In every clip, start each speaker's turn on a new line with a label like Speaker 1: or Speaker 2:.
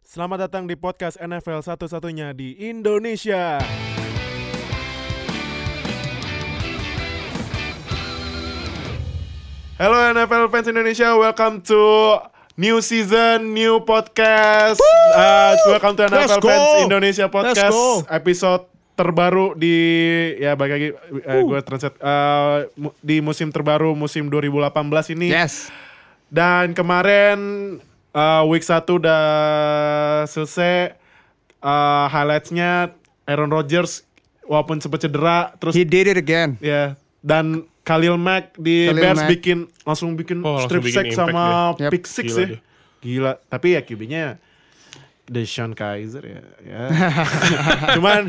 Speaker 1: Selamat datang di podcast NFL satu-satunya di Indonesia. Halo NFL fans Indonesia, welcome to new season, new podcast. Uh, welcome to
Speaker 2: Let's
Speaker 1: NFL
Speaker 2: go.
Speaker 1: fans Indonesia podcast
Speaker 2: Let's go.
Speaker 1: episode terbaru di ya bagi lagi eh, gue translate eh, mu- di musim terbaru musim 2018 ini.
Speaker 2: Yes.
Speaker 1: Dan kemarin uh, week 1 udah selesai uh, highlightsnya Aaron Rodgers walaupun sempat cedera terus
Speaker 2: He
Speaker 1: ya
Speaker 2: did it again.
Speaker 1: dan Khalil Mack di
Speaker 2: Khalil
Speaker 1: Bears
Speaker 2: Mack.
Speaker 1: bikin langsung bikin
Speaker 3: Oh, langsung
Speaker 1: strip
Speaker 3: bikin
Speaker 1: sack
Speaker 3: impact
Speaker 1: sama
Speaker 2: dia. Yap.
Speaker 1: pick six
Speaker 3: Gila
Speaker 1: ya.
Speaker 3: dia.
Speaker 1: Gila, tapi ya QB-nya Deshaun Kaiser ya. ya. cuman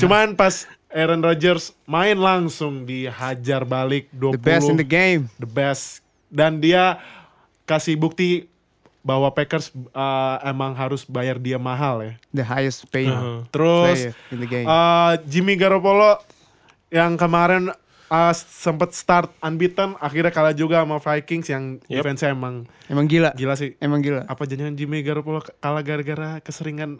Speaker 1: cuman pas Aaron Rodgers main langsung dihajar balik 20
Speaker 2: The best in the game.
Speaker 1: the best dan dia kasih bukti bahwa Packers uh, emang harus bayar dia mahal ya.
Speaker 2: The highest paid
Speaker 3: Uh-huh.
Speaker 1: Terus
Speaker 2: player in the game.
Speaker 1: uh, Jimmy Garoppolo yang kemarin uh, sempat start unbeaten akhirnya kalah juga sama Vikings yang
Speaker 3: Yep.
Speaker 1: defense-nya emang
Speaker 2: Emang gila.
Speaker 1: gila sih.
Speaker 2: Emang gila.
Speaker 1: Apa jangan Jimmy Garoppolo kalah gara-gara keseringan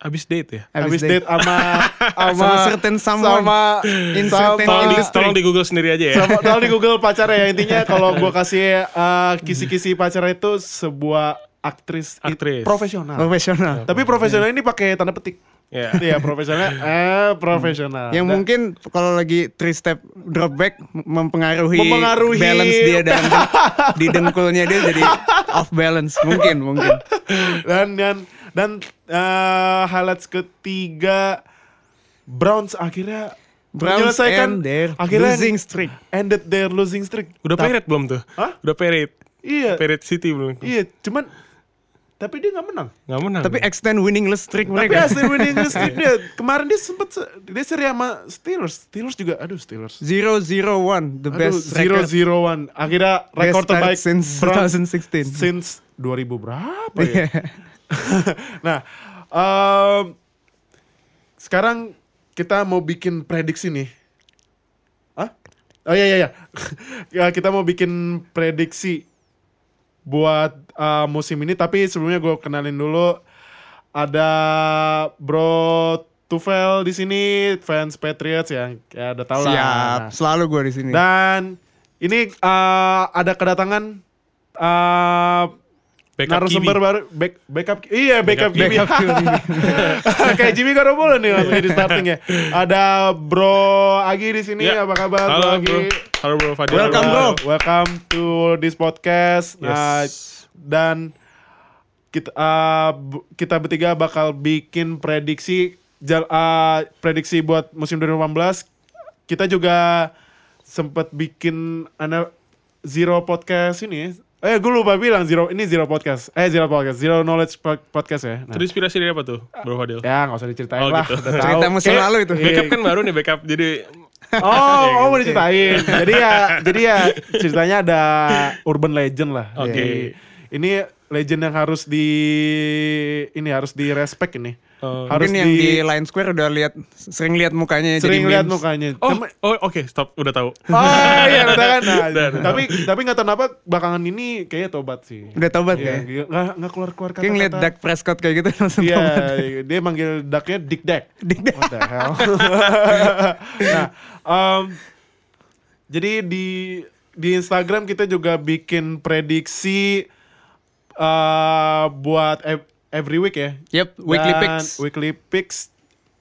Speaker 3: Abis date ya?
Speaker 1: habis date sama sama
Speaker 2: Sama certain someone.
Speaker 1: sama
Speaker 2: In
Speaker 1: sama-
Speaker 2: certain
Speaker 3: Tolong di,
Speaker 2: industry.
Speaker 3: tolong di Google sendiri aja ya.
Speaker 1: Sama tahu di Google pacarnya ya intinya kalau gua kasih eh, kisi-kisi pacarnya itu sebuah aktris, i-
Speaker 3: Aktris.
Speaker 1: profesional.
Speaker 2: profesional.
Speaker 1: Tapi profesional ini pakai tanda petik.
Speaker 3: Ya.
Speaker 1: Iya, profesional eh profesional.
Speaker 2: Yang
Speaker 1: Dan-
Speaker 2: mungkin kalau lagi three step drop back mempengaruhi,
Speaker 1: Mempengaruhi.
Speaker 2: balance dia dalam di dengkulnya dia jadi off balance mungkin mungkin.
Speaker 1: dan dan dan eh, highlights ketiga Browns akhirnya
Speaker 2: Browns
Speaker 1: menyelesaikan
Speaker 2: and their
Speaker 1: akhirnya Hmm.
Speaker 2: losing streak.
Speaker 1: ended their losing streak.
Speaker 3: Udah
Speaker 1: Tap-
Speaker 3: peret belum tuh?
Speaker 1: Hah?
Speaker 3: Udah peret.
Speaker 1: Iya.
Speaker 3: Peret City belum.
Speaker 1: Iya, eh, cuman tapi dia nggak menang.
Speaker 3: Nggak menang.
Speaker 2: Tapi extend winningless streak
Speaker 1: Tapi
Speaker 2: mereka.
Speaker 1: hasil winning streak dia kemarin dia sempet se- dia seri sama Steelers. Steelers juga aduh Steelers.
Speaker 2: 0-0-1 the
Speaker 1: Aduh,
Speaker 2: best record.
Speaker 1: 0-0-1. Akhirnya
Speaker 2: Best
Speaker 1: rekor
Speaker 2: start
Speaker 1: terbaik
Speaker 2: since
Speaker 1: Browns
Speaker 2: 2016.
Speaker 1: since 2000 berapa ya?
Speaker 2: Iya.
Speaker 1: nah, em, sekarang kita mau bikin prediksi nih. Hah? Oh iya iya iya. ya, kita mau bikin prediksi buat eh, musim ini tapi sebelumnya gue kenalin dulu ada Bro Tufel di sini fans Patriots yang ya udah tau
Speaker 2: Siap,
Speaker 1: lah.
Speaker 2: selalu gue di sini.
Speaker 1: Dan ini eh, ada kedatangan eh
Speaker 3: Backup
Speaker 1: narasumber
Speaker 3: Kiwi.
Speaker 1: baru back, backup iya backup,
Speaker 3: Backup
Speaker 1: Jimmy
Speaker 2: Backup QB.
Speaker 1: kayak Jimmy Garoppolo nih langsung jadi starting ya ada Bro Agi di sini
Speaker 3: Ya.
Speaker 1: apa kabar
Speaker 3: Halo
Speaker 1: Agi
Speaker 3: bro. Halo bro Fadil.
Speaker 2: Welcome,
Speaker 1: Halo,
Speaker 2: bro.
Speaker 1: welcome to this podcast
Speaker 3: Yes.
Speaker 1: Nah, dan kita eh, bu- kita bertiga bakal bikin prediksi jal- eh, prediksi buat musim 2018 kita juga sempat bikin ana- zero podcast ini eh gue lupa bilang zero ini zero podcast eh zero podcast zero knowledge po- podcast ya Nah,
Speaker 3: Terinspirasi dari apa tuh bro Fadil?
Speaker 1: ya nggak usah diceritain
Speaker 3: Oh,
Speaker 1: lah
Speaker 3: gitu.
Speaker 1: udah tahu.
Speaker 2: Cerita musim
Speaker 1: Kayak-
Speaker 2: lalu itu.
Speaker 1: iya.
Speaker 3: Backup kan baru nih backup. Jadi
Speaker 1: Oh,
Speaker 3: Ya,
Speaker 1: oh mau
Speaker 3: gitu.
Speaker 1: diceritain. jadi ya, jadi ya ceritanya ada urban legend lah.
Speaker 3: Oke.
Speaker 1: Jadi, Ini legend yang harus di ini harus di respect ini.
Speaker 3: Oh.
Speaker 1: harus
Speaker 2: Mungkin yang di Line Square udah lihat sering lihat mukanya
Speaker 1: sering
Speaker 2: jadi
Speaker 1: lihat
Speaker 2: memes.
Speaker 1: mukanya.
Speaker 3: oh
Speaker 1: Cuma-
Speaker 3: oh oke stop udah tahu.
Speaker 1: oh iya udah kan. Nah,
Speaker 3: Udah, udah.
Speaker 1: tapi tapi nggak tahu kenapa belakangan ini kayaknya tobat sih.
Speaker 2: Udah tobat
Speaker 1: Iya,
Speaker 2: ya.
Speaker 1: gila. nggak nggak keluar keluar kata.
Speaker 2: Kayak ngeliat Dak Prescott kayak gitu langsung
Speaker 1: Iya,
Speaker 2: tobat.
Speaker 1: dia manggil ducknya Dick Dak.
Speaker 2: Dik dik.
Speaker 1: What the hell? nah, em, jadi di di Instagram kita juga bikin prediksi eh, buat ev- every week ya.
Speaker 2: Yep, weekly
Speaker 1: Dan
Speaker 2: picks.
Speaker 1: Weekly picks.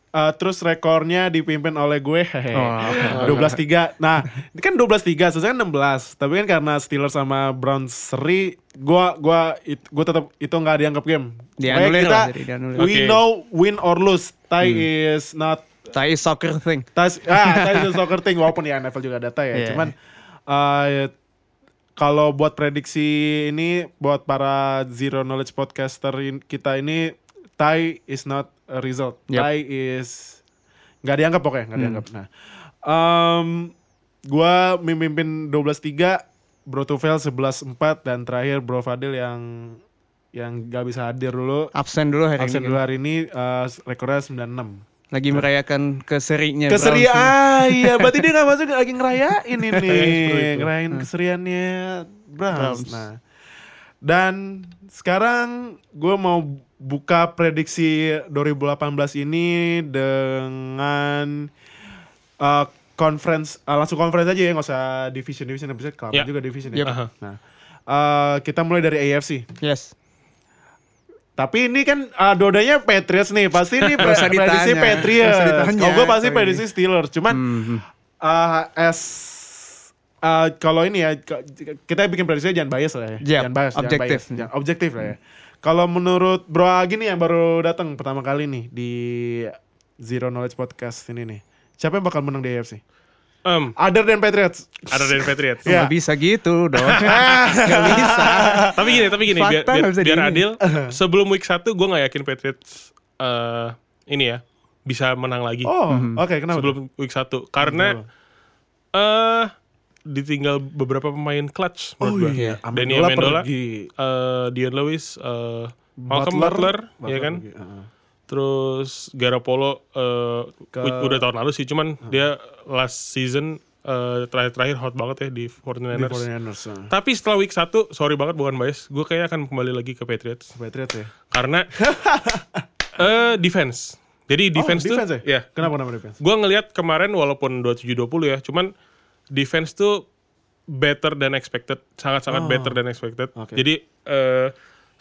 Speaker 1: eh, terus rekornya dipimpin oleh gue hehe.
Speaker 2: Oh.
Speaker 1: 12-3 Nah ini kan 12-3 Sebenarnya kan 16 Tapi kan karena Steelers sama Browns seri Gue gua, it- gua tetap itu nggak dianggap game
Speaker 2: Dianulir
Speaker 1: Pokoknya
Speaker 2: lah, jadi dianulir. Hmm.
Speaker 1: We
Speaker 3: Oke.
Speaker 1: know win or lose Tie is not
Speaker 2: Tai soccer thing.
Speaker 1: Tas, ah, tas itu soccer thing walaupun ya NFL juga data ya.
Speaker 2: Iya.
Speaker 1: Cuman eh, kalau buat prediksi ini buat para zero knowledge podcaster in- kita ini tie is not a result.
Speaker 2: Yep. Hmm.
Speaker 1: Tie is nggak dianggap pokoknya, nggak dianggap. Nah, em, gua memimpin 12-3, Bro Tufel 11-4 dan terakhir Bro Fadil yang yang gak bisa hadir dulu.
Speaker 2: Absen dulu hari
Speaker 1: Absen
Speaker 2: ini.
Speaker 1: dulu hari ini eh, rekornya 96.
Speaker 2: Lagi merayakan keserinya.
Speaker 1: Keserian,
Speaker 2: Browns.
Speaker 1: ah, iya. Berarti dia gak masuk lagi ngerayain ini.
Speaker 3: Iya, seperti itu. Nah.
Speaker 1: ngerayain keseriannya Browns.
Speaker 2: Browns.
Speaker 1: Nah, dan sekarang gue mau buka prediksi 2018 ini dengan eh, conference eh, langsung conference aja ya nggak usah division division bisa kelamaan
Speaker 3: Ya.
Speaker 1: juga division ya.
Speaker 2: Yep.
Speaker 3: Aha.
Speaker 1: Nah, eh, kita mulai dari AFC.
Speaker 2: Yes.
Speaker 1: Tapi ini kan uh, dodanya Patriots nih, pasti ini pre-
Speaker 2: Nggak usah ditanya.
Speaker 1: prediksi Patriots.
Speaker 2: Nggak usah ditanya.
Speaker 1: Kalau gue pasti
Speaker 2: Sorry. Hmm,
Speaker 1: prediksi Steelers, cuman uh, as uh, kalau ini ya k- kita bikin prediksi jangan bias lah ya,
Speaker 2: Yap,
Speaker 1: jangan bias,
Speaker 2: objektif.
Speaker 1: jangan bias, jangan- objektif lah ya. Kalau menurut Bro Agi nih yang baru datang pertama kali nih di Zero Knowledge Podcast ini nih, siapa yang bakal menang di AFC?
Speaker 3: Em,
Speaker 1: Other than Patriots.
Speaker 3: ada dari Patriots.
Speaker 1: Iya.
Speaker 2: Nggak bisa gitu dong. Nggak bisa.
Speaker 3: tapi gini, tapi gini biar
Speaker 2: Fakta
Speaker 3: biar,
Speaker 2: nggak bisa
Speaker 3: biar
Speaker 2: diinin.
Speaker 3: adil. Sebelum week 1 gue nggak yakin Patriots eh ini ya bisa menang lagi.
Speaker 1: Oh,
Speaker 2: Hmm.
Speaker 1: oke kenapa?
Speaker 3: sebelum week 1 karena eh ditinggal beberapa pemain clutch menurut
Speaker 1: Oh
Speaker 3: gua.
Speaker 1: iya,
Speaker 3: Danny
Speaker 1: Amendola
Speaker 3: Amendola,
Speaker 1: pergi.
Speaker 3: eh, Dion Lewis, eh, Malcolm Butler, ya kan?
Speaker 1: pergi, uh-uh.
Speaker 3: Terus Garoppolo eh, u- udah tahun lalu sih, cuman
Speaker 1: Hmm.
Speaker 3: dia last season eh, terakhir-terakhir hot banget ya di 49ers.
Speaker 1: Di 49ers, uh.
Speaker 3: Tapi setelah week 1, sorry banget bukan bias, gue kayaknya akan kembali lagi ke Patriots
Speaker 1: Patriots ya.
Speaker 3: karena eh defense. Jadi defense,
Speaker 1: oh, defense
Speaker 3: tuh
Speaker 1: ya?
Speaker 3: ya
Speaker 1: Kenapa nama defense?
Speaker 3: Gue ngelihat kemarin walaupun 27-20 ya, cuman defense tuh better than expected, sangat-sangat better than expected.
Speaker 1: Oh. Oke.
Speaker 3: Jadi eh,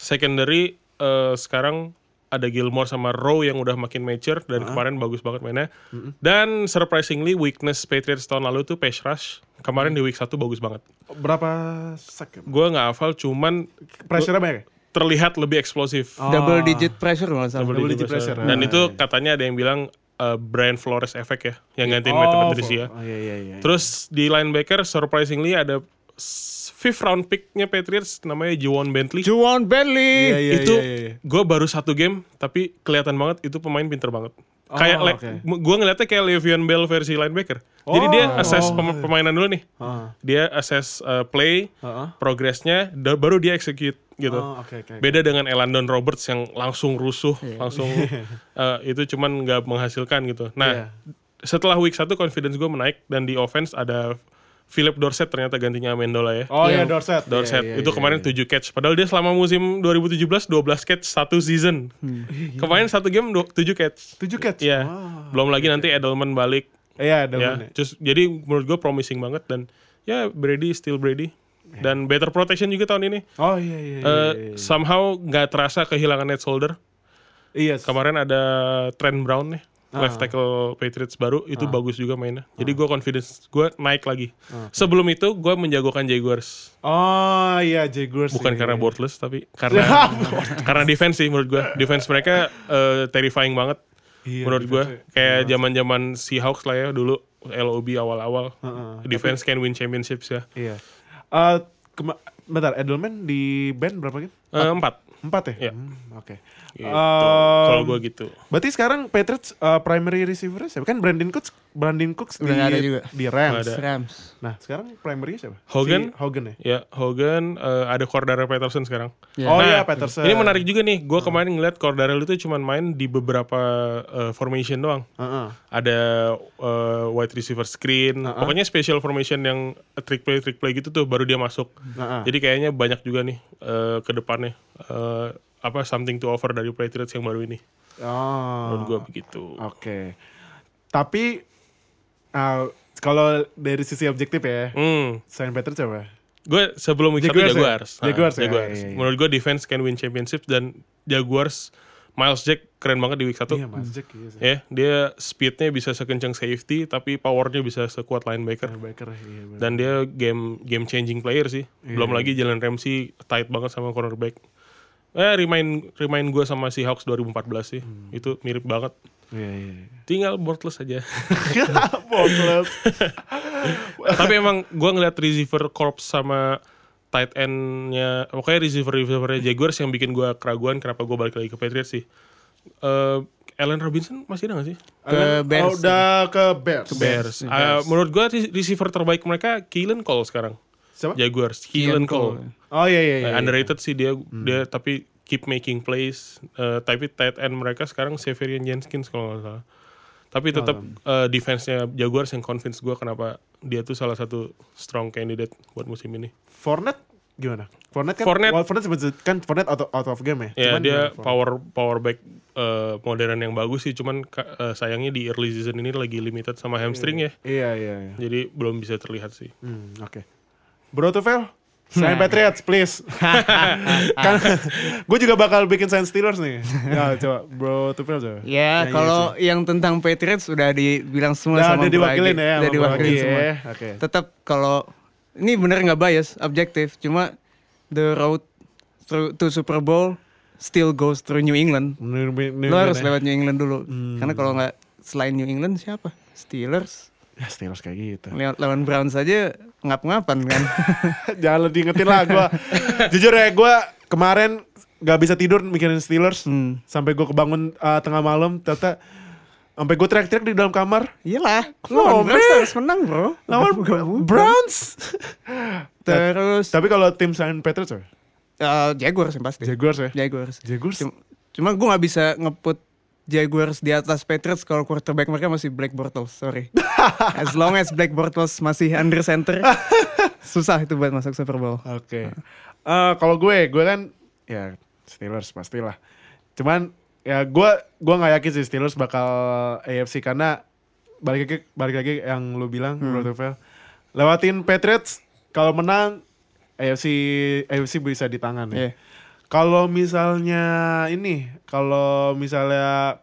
Speaker 3: secondary eh, sekarang ada Gilmore sama Rowe yang udah makin mature dan kemarin bagus banget mainnya. Dan surprisingly weakness Patriots tahun lalu tuh pass rush. Kemarin di week 1 bagus banget.
Speaker 1: Berapa sack? ya?
Speaker 3: Gue nggak hafal cuman
Speaker 1: Pressure-nya banyak ya?
Speaker 3: terlihat lebih eksplosif.
Speaker 2: Double digit pressure kalau nggak salah.
Speaker 1: Oh, Double digit pressure.
Speaker 3: Dan
Speaker 1: Ah,
Speaker 3: itu katanya ada yang bilang eh, Brian Flores effect ya, yang gantiin
Speaker 1: Oh,
Speaker 3: Matt Patricia.
Speaker 1: oh, iya, iya, iya.
Speaker 3: Terus di linebacker surprisingly ada s- fifth round picknya Patriots namanya Juwan Bentley.
Speaker 1: Iya,
Speaker 2: Juwan Bentley.
Speaker 1: iya,
Speaker 3: itu
Speaker 1: iya, iya.
Speaker 3: gue baru satu game tapi kelihatan banget itu pemain pinter banget.
Speaker 1: Oh,
Speaker 3: kayak le-
Speaker 1: oke.
Speaker 3: m- gua ngeliatnya kayak Le'Veon Bell versi linebacker. Jadi
Speaker 1: Oh,
Speaker 3: dia assess
Speaker 1: oh.
Speaker 3: pem- pemainan dulu nih.
Speaker 1: Ah,
Speaker 3: Dia assess uh, play,
Speaker 1: ah, ah.
Speaker 3: progresnya, da- baru dia execute gitu.
Speaker 1: Oh, oke, oke, oke.
Speaker 3: Beda dengan Elandon Roberts yang langsung rusuh,
Speaker 1: Iya.
Speaker 3: langsung eh, itu cuman nggak menghasilkan
Speaker 1: Iya.
Speaker 3: gitu. Nah, setelah week 1 confidence gue menaik dan di offense ada Philip Dorset ternyata gantinya Amendola ya.
Speaker 1: Oh iya,
Speaker 2: Yang-
Speaker 1: Dorset.
Speaker 3: Dorset
Speaker 1: Iya, iya,
Speaker 3: itu
Speaker 1: iya,
Speaker 3: kemarin
Speaker 1: iya.
Speaker 3: 7 catch. Padahal dia selama musim 2017 12 catch satu season.
Speaker 1: Hmm.
Speaker 3: Kemarin satu game du- 7 catch.
Speaker 1: Tujuh catch?
Speaker 3: Iya.
Speaker 1: Wah.
Speaker 3: Belum lagi nanti Edelman balik
Speaker 1: Iya,
Speaker 3: ya.
Speaker 1: double-nya.
Speaker 3: Just- jadi menurut gue promising banget dan ya Brady still Brady
Speaker 1: Iya.
Speaker 3: dan better protection juga tahun ini.
Speaker 1: Oh iya, iya, iya,
Speaker 3: Eh,
Speaker 1: iya, iya.
Speaker 3: somehow nggak terasa kehilangan net shoulder.
Speaker 1: Iya,
Speaker 3: Kemarin ada Trent Brown nih,
Speaker 1: Ah.
Speaker 3: left tackle Patriots baru itu bagus juga mainnya. Jadi gue confidence gue naik lagi.
Speaker 1: Ah.
Speaker 3: Sebelum itu gue menjagokan Jaguars,
Speaker 1: Oh iya, Jaguars.
Speaker 3: bukan
Speaker 1: iya,
Speaker 3: karena
Speaker 1: iya.
Speaker 3: worthless tapi karena karena defense sih menurut gue. Defense mereka eh, terrifying banget
Speaker 1: Iya,
Speaker 3: menurut gue.
Speaker 1: defense-nya.
Speaker 3: Kayak zaman-zaman Seahawks lah ya dulu LOB awal-awal.
Speaker 1: Heeh.
Speaker 3: Defense can win championships ya.
Speaker 1: Ah, Iya. Eh, kema- bentar, Edelman di band berapa game?
Speaker 3: Eh, empat.
Speaker 1: Empat ya?
Speaker 3: Iya.
Speaker 1: Hmm, Oke.
Speaker 3: Gitu.
Speaker 1: Em,
Speaker 3: Kalau gue gitu.
Speaker 1: Berarti sekarang Patriots uh, primary receiver siapa? Kan Brandon Cooks, Brandon Cooks di,
Speaker 2: Udah nggak ada juga.
Speaker 1: di Rams.
Speaker 3: Nggak ada.
Speaker 2: Rams.
Speaker 1: Nah, sekarang primary siapa?
Speaker 3: Hogan.
Speaker 1: Si Hogan ya.
Speaker 3: Ya, Hogan eh, ada Cordero Patterson sekarang.
Speaker 2: Ya.
Speaker 1: Oh
Speaker 3: Nah,
Speaker 1: iya, Patterson.
Speaker 3: Ini menarik juga nih. Gue kemarin ngeliat Cordero itu cuman main di beberapa eh, formation doang.
Speaker 1: Heeh.
Speaker 3: Ada eh, wide receiver screen. Pokoknya special formation yang trick play trick play gitu tuh baru dia masuk.
Speaker 1: Heeh.
Speaker 3: Jadi kayaknya banyak juga nih eh, ke depannya eh, apa something to offer dari Patriots yang baru ini. Menurut
Speaker 1: Oh.
Speaker 3: gue begitu.
Speaker 1: Oke. Tapi uh, kalau dari sisi objektif ya,
Speaker 3: Hmm.
Speaker 1: Saint Patriots siapa?
Speaker 3: Gue sebelum week satu
Speaker 1: Jaguars ya?
Speaker 3: Jaguars. Ah,
Speaker 1: Jaguars ya, iya, iya.
Speaker 3: Menurut gue defense can win championship dan Jaguars Miles Jack keren banget di week 1.
Speaker 1: Iya, Mas Jack iya sih.
Speaker 3: Ya, dia speednya bisa sekencang safety, tapi powernya bisa sekuat linebacker.
Speaker 1: Linebacker, iya, benar.
Speaker 3: Dan dia game game changing player sih. Belum lagi Jalen Ramsey tight banget sama cornerback. Eh, remind remind gue sama si Hawks 2014 sih. Itu mirip banget.
Speaker 1: Iya, iya. iya.
Speaker 3: Tinggal worthless aja.
Speaker 1: Bokles.
Speaker 3: tapi emang gue ngeliat receiver corps sama tight endnya, pokoknya receiver receivernya Jaguars yang bikin gue keraguan kenapa gue balik lagi ke Patriots sih. Eh, Allen Robinson masih ada gak sih?
Speaker 2: Ke
Speaker 1: Alan,
Speaker 2: Bears.
Speaker 1: oh, udah ke Bears.
Speaker 3: Bears. Ah, menurut gua re- receiver terbaik mereka Keelan Cole sekarang.
Speaker 1: Siapa?
Speaker 3: Jaguars. Keelan Cole.
Speaker 1: Oh iya iya iya. Hmm.
Speaker 3: Eh, underrated sih dia dia tapi keep making plays. Eh, tapi tight end mereka sekarang Severian Jenkins kalau nggak salah. Tapi tetap eh, defense-nya Jaguars yang convince gua kenapa dia tuh salah satu strong candidate buat musim ini.
Speaker 1: Fournette gimana? Fortnite kan
Speaker 3: Fortnite-
Speaker 1: well, Fortnite sebetulnya kan Fortnite out, out of game ya.
Speaker 3: Ya
Speaker 1: Cuman
Speaker 3: dia
Speaker 1: gimana Fortnite?
Speaker 3: power power back eh, modern yang bagus sih, cuman ka- eh, sayangnya di early season ini lagi limited sama hamstring ya,
Speaker 1: Iya iya iya.
Speaker 3: jadi belum bisa terlihat sih.
Speaker 1: Hmm, oke. Bro Tufel, sign Patriots please. kan gue juga bakal bikin sign Steelers nih. Ya coba Bro Tufel coba.
Speaker 2: Ya,
Speaker 1: Nyanyi
Speaker 2: kalau yang tentang Patriots sudah dibilang semua
Speaker 1: iya Udah,
Speaker 2: sama
Speaker 1: udah
Speaker 2: Bro
Speaker 1: diwakilin
Speaker 2: Agi.
Speaker 1: ya sama
Speaker 2: Udah
Speaker 1: Bro
Speaker 2: diwakilin
Speaker 1: Agi
Speaker 2: semua.
Speaker 1: ya. Oke.
Speaker 2: Tetap kalau ini bener nggak bias, objektif. Cuma the road through to Super Bowl still goes through New England.
Speaker 1: New- New
Speaker 2: Lo
Speaker 1: England ya?
Speaker 2: harus
Speaker 1: Hmm.
Speaker 2: lewat New England dulu. Karena kalau nggak selain New England siapa? Steelers.
Speaker 1: ya. Ya, Steelers kayak gitu.
Speaker 2: Lewat lawan Browns aja ngap-ngapan kan.
Speaker 1: Jangan diingetin lah gue. Jujur ya gue kemarin gak bisa tidur mikirin Steelers.
Speaker 2: Hmm.
Speaker 1: Sampai gue kebangun uh, tengah malam ternyata sampai gue teriak-teriak di dalam kamar.
Speaker 2: Iyalah,
Speaker 1: Oh,
Speaker 2: lawan Browns
Speaker 1: man.
Speaker 2: harus menang, Bro.
Speaker 1: Lawan
Speaker 2: Bukan, bukan.
Speaker 1: Browns.
Speaker 2: Terus
Speaker 1: Tapi kalau tim Saint Patriots apa?
Speaker 2: eh, Jaguars yang pasti.
Speaker 1: Jaguars ya.
Speaker 2: Jaguars.
Speaker 1: Jaguars.
Speaker 2: Cuma, cuma gue nggak bisa ngeput Jaguars di atas Patriots kalau quarterback mereka masih Black Bortles, sorry. As long as Black Bortles masih under center, susah itu buat masuk Super Bowl.
Speaker 1: Oke. Eh, kalau gue, gue kan ya Steelers pastilah. Cuman ya gue gue nggak yakin sih Steelers bakal AFC karena balik lagi balik lagi yang lu bilang Bro Tufel. Lewatin Patriots kalau menang AFC AFC bisa di tangan ya.
Speaker 2: Iya.
Speaker 1: Kalau misalnya ini, kalau misalnya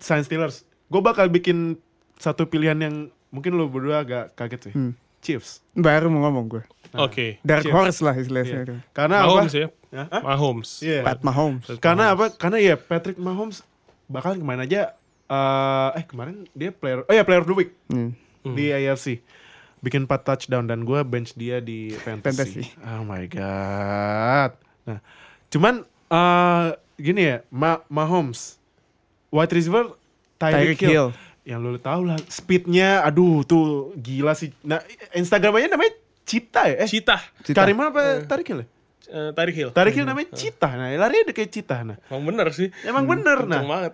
Speaker 1: Saints Steelers, gue bakal bikin satu pilihan yang mungkin lu berdua agak kaget sih.
Speaker 2: Hmm.
Speaker 1: Chiefs.
Speaker 2: Baru mau ngomong gue.
Speaker 1: Nah.
Speaker 3: Oke,
Speaker 2: Dark
Speaker 1: Chiefs.
Speaker 2: horse lah
Speaker 1: Iya.
Speaker 2: istilahnya. itu.
Speaker 1: Karena apa?
Speaker 3: Mahomes ya,
Speaker 1: Hah?
Speaker 3: Mahomes.
Speaker 1: Iya.
Speaker 2: Pat Mahomes.
Speaker 1: Karena apa? Karena ya Patrick Mahomes bakal kemana aja? eh eh, kemarin dia player, oh ya player of the week
Speaker 2: Hmm.
Speaker 1: di AFC. Bikin 4 touchdown dan gue bench dia di fantasy.
Speaker 2: Fantasy.
Speaker 1: Oh my god. Nah, cuman eh gini ya, Ma Mahomes, wide receiver Tyreek
Speaker 2: Tyreek
Speaker 1: Hill.
Speaker 2: Hill.
Speaker 1: Yang lu tau lah, speednya, aduh tuh gila sih. Nah, Instagramnya namanya Cita ya? Eh,
Speaker 3: Cita,
Speaker 2: Cita.
Speaker 1: Karimah apa Tyreek Hill? ya?
Speaker 3: eh, Tarik Hill.
Speaker 1: Tyreek Hill namanya Cita. Nah, larinya udah kayak Cita. Nah,
Speaker 3: Emang bener sih.
Speaker 1: Emang bener nah.
Speaker 3: Kenceng Hmm. banget.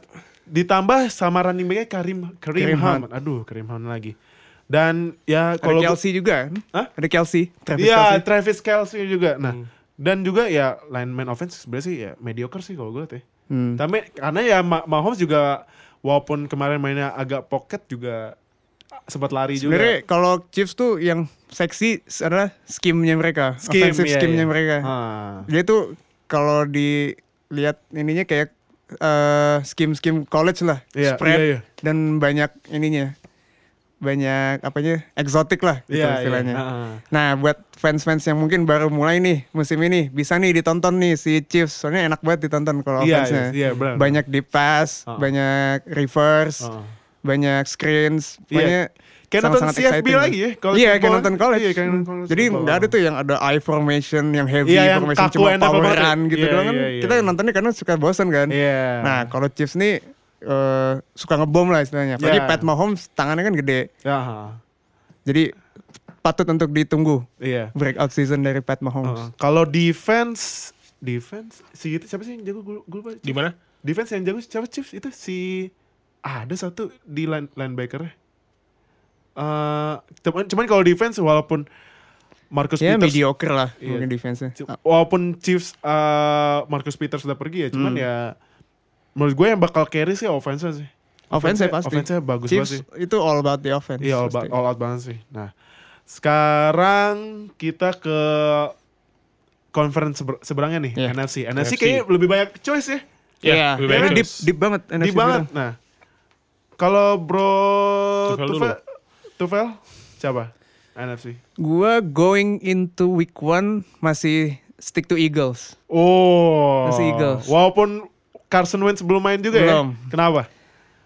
Speaker 1: Ditambah sama running backnya Karim Karim,
Speaker 2: Kareem
Speaker 1: Hunt. Aduh, Karim Hunt lagi. Dan ya
Speaker 2: Ada
Speaker 1: kalau
Speaker 2: Kelsey juga kan?
Speaker 1: Hah?
Speaker 2: Ada Kelsey. Travis
Speaker 1: Iya,
Speaker 2: Kelsey.
Speaker 1: Travis Kelsey juga. Nah, dan juga ya lineman offense sebenarnya sih ya mediocre sih kalau gue teh.
Speaker 2: Hmm.
Speaker 1: Tapi karena ya Ma- Mahomes juga walaupun kemarin mainnya agak pocket juga ah, sempat lari
Speaker 2: Sebenarnya
Speaker 1: juga.
Speaker 2: kalau Chiefs tuh yang seksi adalah skimnya mereka, offensive
Speaker 1: iya,
Speaker 2: skimnya
Speaker 1: iya.
Speaker 2: mereka.
Speaker 1: Ah.
Speaker 2: Dia tuh kalau dilihat ininya kayak eh skim-skim college lah,
Speaker 1: Iya,
Speaker 2: spread gitu
Speaker 1: iya, iya.
Speaker 2: dan banyak ininya. Banyak apanya? Eksotik lah gitu
Speaker 1: Iya, iya.
Speaker 2: istilahnya.
Speaker 1: Ah, ah.
Speaker 2: Nah, buat fans-fans yang mungkin baru mulai nih musim ini, bisa nih ditonton nih si Chiefs. Soalnya enak banget ditonton kalau
Speaker 1: Iya,
Speaker 2: offense-nya.
Speaker 1: iya, iya, benar.
Speaker 2: banyak deep pass,
Speaker 1: Ah.
Speaker 2: banyak reverse,
Speaker 1: Ah. Iya.
Speaker 2: banyak screens, banyak
Speaker 1: Kayak nonton
Speaker 2: sangat-sangat
Speaker 1: CFB
Speaker 2: exciting.
Speaker 1: lagi ya, college
Speaker 2: Iya, kayak
Speaker 1: football.
Speaker 2: nonton college.
Speaker 1: Iya, kayak nonton college
Speaker 2: Jadi
Speaker 1: football.
Speaker 2: nggak ada tuh yang ada eye formation, yang heavy
Speaker 1: Iya, yang
Speaker 2: formation,
Speaker 1: kaku
Speaker 2: cuma
Speaker 1: and apa
Speaker 2: power
Speaker 1: banget.
Speaker 2: run gitu
Speaker 1: Iya,
Speaker 2: doang kan.
Speaker 1: iya, iya.
Speaker 2: Kita nontonnya karena suka bosan kan.
Speaker 1: Iya.
Speaker 2: Nah, kalau Chiefs nih eh, suka ngebom lah istilahnya. Apalagi
Speaker 1: Iya.
Speaker 2: Pat Mahomes tangannya kan gede.
Speaker 1: Ya, ah.
Speaker 2: Jadi patut untuk ditunggu
Speaker 1: Iya.
Speaker 2: breakout season dari Pat Mahomes.
Speaker 1: Heeh. Kalau defense defense si itu siapa sih yang jago gue gue lupa.
Speaker 3: Di mana?
Speaker 1: Defense yang jago siapa Chiefs itu si ah, ada satu di line linebacker. Eh cuman, cuman kalau defense walaupun Marcus
Speaker 2: Ya
Speaker 1: Peters
Speaker 2: mediocre lah
Speaker 1: Iya.
Speaker 2: mungkin defense-nya. Ah,
Speaker 1: cu- walaupun Chiefs eh, Marcus Peters sudah pergi ya, cuman
Speaker 2: Hmm.
Speaker 1: ya menurut gue yang bakal carry sih offense sih.
Speaker 2: Offense-nya
Speaker 1: Offense-nya-
Speaker 2: pasti.
Speaker 1: offense-nya bagus
Speaker 2: Chiefs
Speaker 1: banget
Speaker 2: itu all about the offense.
Speaker 1: Iya all, ba-
Speaker 2: pasti.
Speaker 1: all out banget sih. Nah, sekarang kita ke conference seber- seberangnya nih
Speaker 2: Iya.
Speaker 1: NFC. NFC
Speaker 3: NFC.
Speaker 1: kayaknya lebih banyak choice ya.
Speaker 3: Iya,
Speaker 2: Iya,
Speaker 3: lebih
Speaker 2: karena
Speaker 3: baik
Speaker 2: deep,
Speaker 3: Chiefs.
Speaker 2: deep banget.
Speaker 1: Di
Speaker 2: NFC
Speaker 1: banget.
Speaker 2: bilang.
Speaker 1: Nah, kalau Bro
Speaker 3: Tufel dulu.
Speaker 1: Tufel, Tufel, coba NFC.
Speaker 2: Gua going into week one masih stick to Eagles.
Speaker 1: Oh,
Speaker 2: NFC Eagles.
Speaker 1: walaupun Carson Wentz belum main juga
Speaker 2: Belum.
Speaker 1: ya. Kenapa?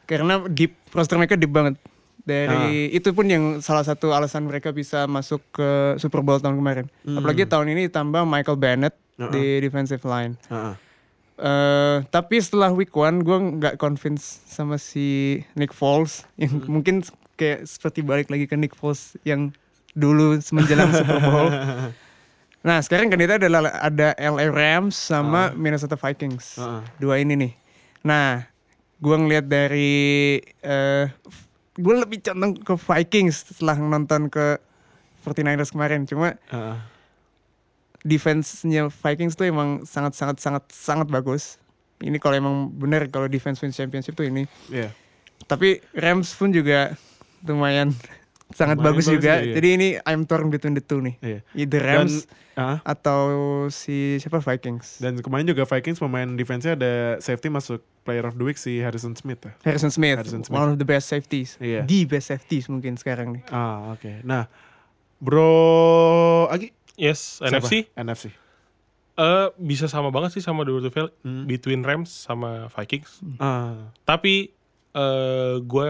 Speaker 2: Karena deep roster mereka deep banget. Dari itu pun yang salah satu alasan mereka bisa masuk ke Super Bowl tahun kemarin. Apalagi tahun ini tambah Michael Bennett di defensive line.
Speaker 1: Heeh.
Speaker 2: eh tapi setelah week one gue nggak convince sama si Nick Foles yang mungkin kayak seperti balik lagi ke Nick Foles yang dulu menjelang Super Bowl. Nah sekarang kandidat adalah ada LA Rams sama Minnesota Vikings.
Speaker 1: Heeh.
Speaker 2: Dua ini nih. Nah gue ngelihat dari eh gue lebih condong ke Vikings setelah nonton ke 49ers kemarin. Cuma
Speaker 1: Heeh.
Speaker 2: defense-nya Vikings tuh emang sangat sangat sangat sangat bagus. Ini kalau emang bener kalau defense wins championship tuh ini.
Speaker 1: Iya.
Speaker 2: Tapi Rams pun juga lumayan sangat
Speaker 1: Lumayan
Speaker 2: bagus
Speaker 1: bagus
Speaker 2: juga.
Speaker 1: juga, iya.
Speaker 2: Jadi ini I'm torn between the two nih.
Speaker 1: Iya.
Speaker 2: Either
Speaker 1: Dan,
Speaker 2: Rams
Speaker 1: ah,
Speaker 2: atau si siapa Vikings.
Speaker 1: dan kemarin juga Vikings pemain defense-nya ada safety masuk player of the week si Harrison Smith. ya.
Speaker 2: Harrison Smith,
Speaker 1: Harrison Smith.
Speaker 2: one of the best safeties.
Speaker 1: Iya.
Speaker 2: The best safeties mungkin sekarang nih.
Speaker 1: Ah, oke. Nah, Bro Agi
Speaker 3: Yes,
Speaker 1: siapa?
Speaker 3: NFC
Speaker 1: NFC.
Speaker 3: eh bisa sama banget sih sama The Valley
Speaker 1: Hmm.
Speaker 3: between Rams sama Vikings.
Speaker 1: Ah,
Speaker 3: Tapi eh gue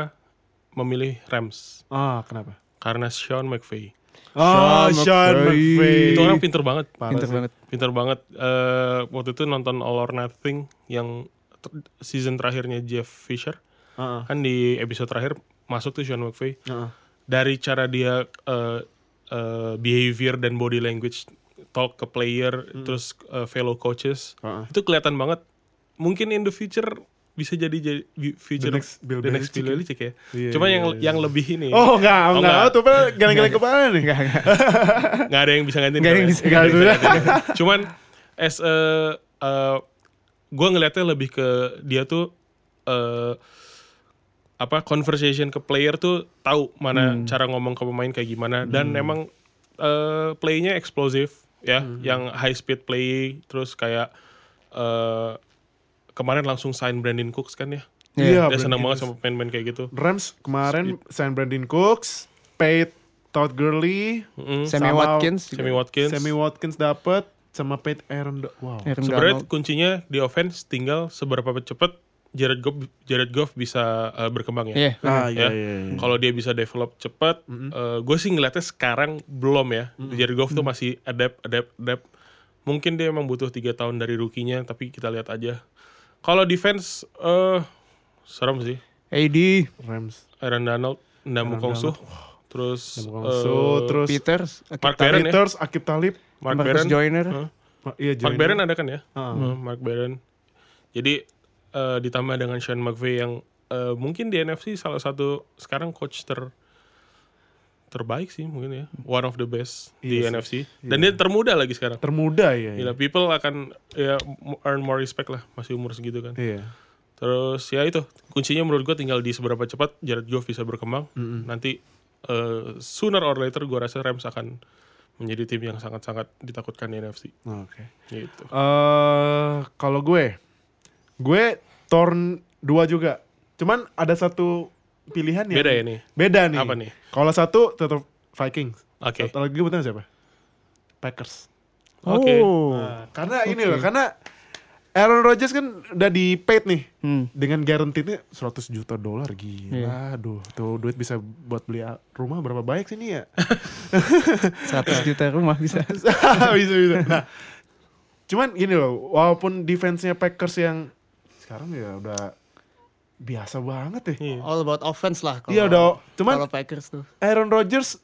Speaker 3: memilih Rams
Speaker 1: ah kenapa?
Speaker 3: karena Sean McVay.
Speaker 1: Oh, Sean
Speaker 2: Sean McVay.
Speaker 1: McVay.
Speaker 3: Itu orang pinter banget,
Speaker 1: Parah
Speaker 2: Pinter
Speaker 1: sih.
Speaker 2: banget.
Speaker 3: pinter banget. Eh waktu itu nonton All or Nothing yang ter- season terakhirnya Jeff Fisher
Speaker 1: Ah, ah,
Speaker 3: kan di episode terakhir masuk tuh Sean McVay
Speaker 1: ah, ah.
Speaker 3: dari cara dia eh, eh, behavior dan body language talk ke player
Speaker 1: Hmm.
Speaker 3: terus eh, fellow coaches
Speaker 1: Ah, ah.
Speaker 3: itu kelihatan banget mungkin in the future bisa jadi jadi future
Speaker 1: The next Bill
Speaker 3: the next
Speaker 1: Belichick.
Speaker 3: Bill Belichick ya
Speaker 1: Iya,
Speaker 3: cuma
Speaker 1: iya,
Speaker 3: yang
Speaker 1: iya.
Speaker 3: yang lebih ini
Speaker 1: Oh enggak, enggak.
Speaker 3: Oh, enggak.
Speaker 1: Oh, tuh padahal gara-gara kepala nih.
Speaker 2: Enggak, enggak.
Speaker 3: nggak ada yang bisa gantiin
Speaker 2: Nggak ada yang
Speaker 3: Bill
Speaker 2: bisa
Speaker 3: ya.
Speaker 1: gantiin.
Speaker 3: Nggak ada yang bisa gantiin. cuman as a, uh, gue ngelihatnya lebih ke dia tuh uh, apa conversation ke player tuh tahu mana cara ngomong ke pemain kayak gimana dan emang uh, playnya eksplosif ya yang high speed play terus kayak uh, kemarin langsung sign Brandon Cooks kan ya
Speaker 2: Iya.
Speaker 1: Iya,
Speaker 3: dia senang banget
Speaker 1: Brandon
Speaker 3: sama pemain-pemain kayak gitu
Speaker 1: Rams kemarin sign Brandon Cooks, Pate Todd Gurley,
Speaker 3: Mm-mm.
Speaker 2: Sammy
Speaker 1: Sama-
Speaker 2: Hmm. Watkins. juga.
Speaker 3: Sammy Watkins
Speaker 1: Sammy Watkins dapat sama Pate Aaron. Do- wow.
Speaker 2: Aaron
Speaker 3: Sebenarnya
Speaker 2: Donald.
Speaker 3: kuncinya di offense tinggal seberapa cepat Jared Goff Jared Goff bisa uh, berkembang ya.
Speaker 2: Iya.
Speaker 1: Ah, iya,
Speaker 3: Ya.
Speaker 1: iya, iya.
Speaker 3: Kalau dia bisa develop cepat, gue sih ngeliatnya sekarang belum ya. Jared Goff tuh masih adapt, adapt, adapt. Mungkin dia emang butuh tiga tahun dari rukinya, tapi kita lihat aja. Kalau defense, eh serem sih.
Speaker 2: AD,
Speaker 1: Rams.
Speaker 3: Aaron Donald, Ndamu Kongsu, terus
Speaker 1: So,
Speaker 3: eh,
Speaker 1: terus
Speaker 2: Peters,
Speaker 3: Mark
Speaker 2: Akita,
Speaker 3: Barron ya.
Speaker 1: Peters, Akib Talib.
Speaker 3: Mark
Speaker 2: Marcus
Speaker 3: Barron,
Speaker 2: Joyner.
Speaker 3: Huh?
Speaker 1: Ma- Iya,
Speaker 3: Mark
Speaker 1: Joyner.
Speaker 3: Barron ada kan ya?
Speaker 1: Ah.
Speaker 3: Hmm, Mark Barron. Jadi eh, ditambah dengan Sean McVay yang eh, mungkin di NFC salah satu sekarang coach ter terbaik sih mungkin ya. One of the best di
Speaker 1: Iya sih.
Speaker 3: NFC. Dan dia termuda lagi sekarang.
Speaker 1: Termuda ya.
Speaker 3: Gila,
Speaker 1: Iya.
Speaker 3: people akan ya m- earn more respect lah masih umur segitu kan.
Speaker 1: Iya.
Speaker 3: Terus ya itu kuncinya menurut gue tinggal di seberapa cepat Jared Goff bisa berkembang. Nanti eh, sooner or later gue rasa Rams akan menjadi tim yang sangat-sangat ditakutkan di NFC.
Speaker 1: Oke.
Speaker 3: Gitu.
Speaker 1: Eh, kalau gue gue torn dua juga. Cuman ada satu pilihan yang
Speaker 3: Beda ya nih?
Speaker 1: Beda nih.
Speaker 3: Apa nih?
Speaker 1: Kalau satu tetap Vikings.
Speaker 3: Oke.
Speaker 1: Satu lagi bukan siapa? Packers.
Speaker 3: Oke.
Speaker 2: Oh.
Speaker 1: Nah, karena ini loh, karena Aaron Rodgers kan udah di paid nih.
Speaker 2: Hmm.
Speaker 1: Dengan guaranteed-nya 100 juta dolar gila.
Speaker 2: Iya.
Speaker 1: Aduh, tuh duit bisa buat beli a- rumah berapa baik sih ini ya?
Speaker 2: 100 juta rumah bisa.
Speaker 1: bisa bisa. Nah, cuman gini loh, walaupun defense-nya Packers yang sekarang ya udah biasa banget ya.
Speaker 3: Iya.
Speaker 2: All about offense lah. kalau-
Speaker 1: Iya udah,
Speaker 2: kalau
Speaker 1: cuman
Speaker 2: Packers tuh.
Speaker 1: Aaron Rodgers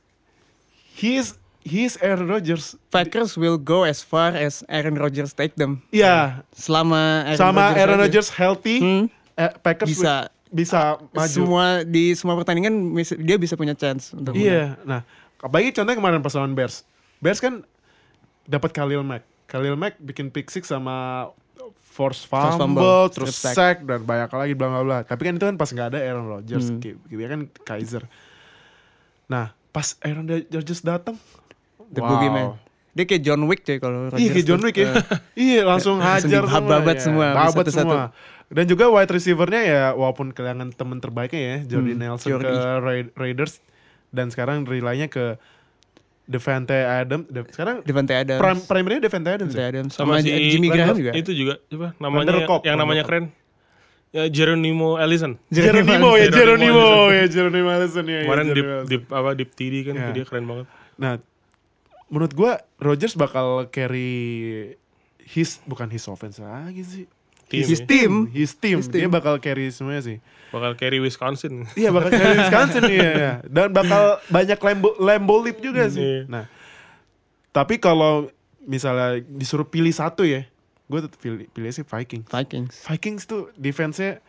Speaker 1: he is he is Aaron Rodgers.
Speaker 2: Packers will go as far as Aaron Rodgers take them.
Speaker 1: Iya,
Speaker 2: Selama Aaron
Speaker 1: sama
Speaker 2: Rodgers
Speaker 1: Aaron
Speaker 2: aja.
Speaker 1: Rodgers healthy,
Speaker 2: Hmm.
Speaker 1: eh, Packers
Speaker 2: bisa
Speaker 1: bisa maju.
Speaker 2: semua di semua pertandingan mis- dia bisa punya chance untuk menang.
Speaker 1: Iya. Nah, apalagi contohnya kemarin pas lawan Bears. Bears kan dapat Khalil Mack. Khalil Mack bikin pick six sama force fumble,
Speaker 2: Force fumble,
Speaker 1: terus
Speaker 2: strip
Speaker 1: sack. dan banyak lagi bla bla bla. Tapi kan itu kan pas nggak ada Aaron Rodgers,
Speaker 2: Hmm.
Speaker 1: Ki- dia kan Kaiser. Nah, pas Aaron Rodgers datang,
Speaker 2: The Boogeyman. Dia kayak John Wick deh kalau
Speaker 1: Iya kayak John
Speaker 2: tuh.
Speaker 1: Wick ya.
Speaker 2: Eh,
Speaker 1: Iya langsung
Speaker 2: Langsung
Speaker 1: hajar Iya,
Speaker 2: dibabat semua,
Speaker 1: Babat
Speaker 2: satu-satu.
Speaker 1: semua. Dan juga wide receivernya ya walaupun kehilangan temen terbaiknya ya Jordy
Speaker 2: Hmm,
Speaker 1: Nelson
Speaker 2: Jordy.
Speaker 1: ke Ra- Raiders dan sekarang relay-nya ke Devante Adams. De- sekarang
Speaker 2: Devante Adams.
Speaker 1: prim primernya Devante Adams.
Speaker 2: Devante
Speaker 1: ya?
Speaker 2: Adams.
Speaker 3: sama,
Speaker 2: Sama,
Speaker 3: si
Speaker 2: Jimmy Graham juga.
Speaker 3: Itu juga apa namanya
Speaker 1: Vanderkop,
Speaker 3: yang namanya keren. Ya Jeronimo Allison.
Speaker 1: Jeronimo ya
Speaker 3: Jeronimo
Speaker 1: Jeronimo
Speaker 3: Allison.
Speaker 1: ya Jeronimo Allison ya. ya,
Speaker 3: Kemarin
Speaker 1: Jeronimo
Speaker 3: dip,
Speaker 1: Allison.
Speaker 3: dip apa dip TD kan
Speaker 1: Ya.
Speaker 3: dia keren banget.
Speaker 1: Nah, menurut gua Rogers bakal carry his bukan his offense lagi sih. his,
Speaker 3: Tim ya.
Speaker 1: team. his team,
Speaker 2: His
Speaker 1: dia
Speaker 2: team.
Speaker 1: bakal carry semuanya sih.
Speaker 3: Bakal carry Wisconsin.
Speaker 1: Iya bakal dari Wisconsin iya, iya. Dan bakal banyak lembo, lembolip juga
Speaker 3: Iya.
Speaker 1: sih. Nah, tapi kalau misalnya disuruh pilih satu ya, gue tetap pilih, pilih sih Vikings.
Speaker 2: Vikings.
Speaker 1: Vikings tuh defense-nya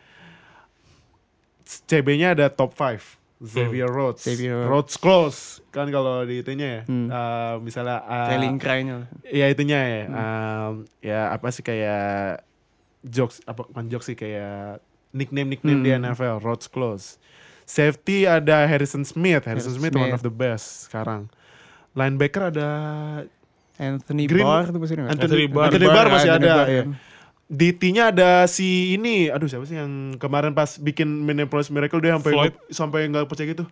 Speaker 1: CB-nya ada top 5. Xavier Rhodes.
Speaker 2: Xavier
Speaker 1: Rhodes Close kan kalau di itunya ya. Eh, misalnya eh,
Speaker 3: Ah.
Speaker 2: Rallying cry-nya.
Speaker 1: Iya itunya ya.
Speaker 3: Hmm.
Speaker 1: Um, ya apa sih kayak jokes apa bukan jokes sih kayak nickname
Speaker 3: Hmm.
Speaker 1: nickname di NFL Rhodes Close. Safety ada Harrison Smith. Harrison
Speaker 2: Harrison
Speaker 1: Smith, one of
Speaker 2: Smith.
Speaker 1: the best sekarang. Linebacker ada
Speaker 2: Anthony
Speaker 1: Green-
Speaker 2: Barr itu masih ada nggak?
Speaker 1: Anthony,
Speaker 3: Anthony Barr. iya.
Speaker 1: Anthony Barr masih
Speaker 2: Anthony
Speaker 1: ada.
Speaker 2: Barr,
Speaker 1: ya.
Speaker 2: kan.
Speaker 1: DT-nya ada si ini, aduh siapa sih yang kemarin pas bikin Minneapolis Miracle dia sampai
Speaker 3: Floyd.
Speaker 1: sampai nggak percaya gitu.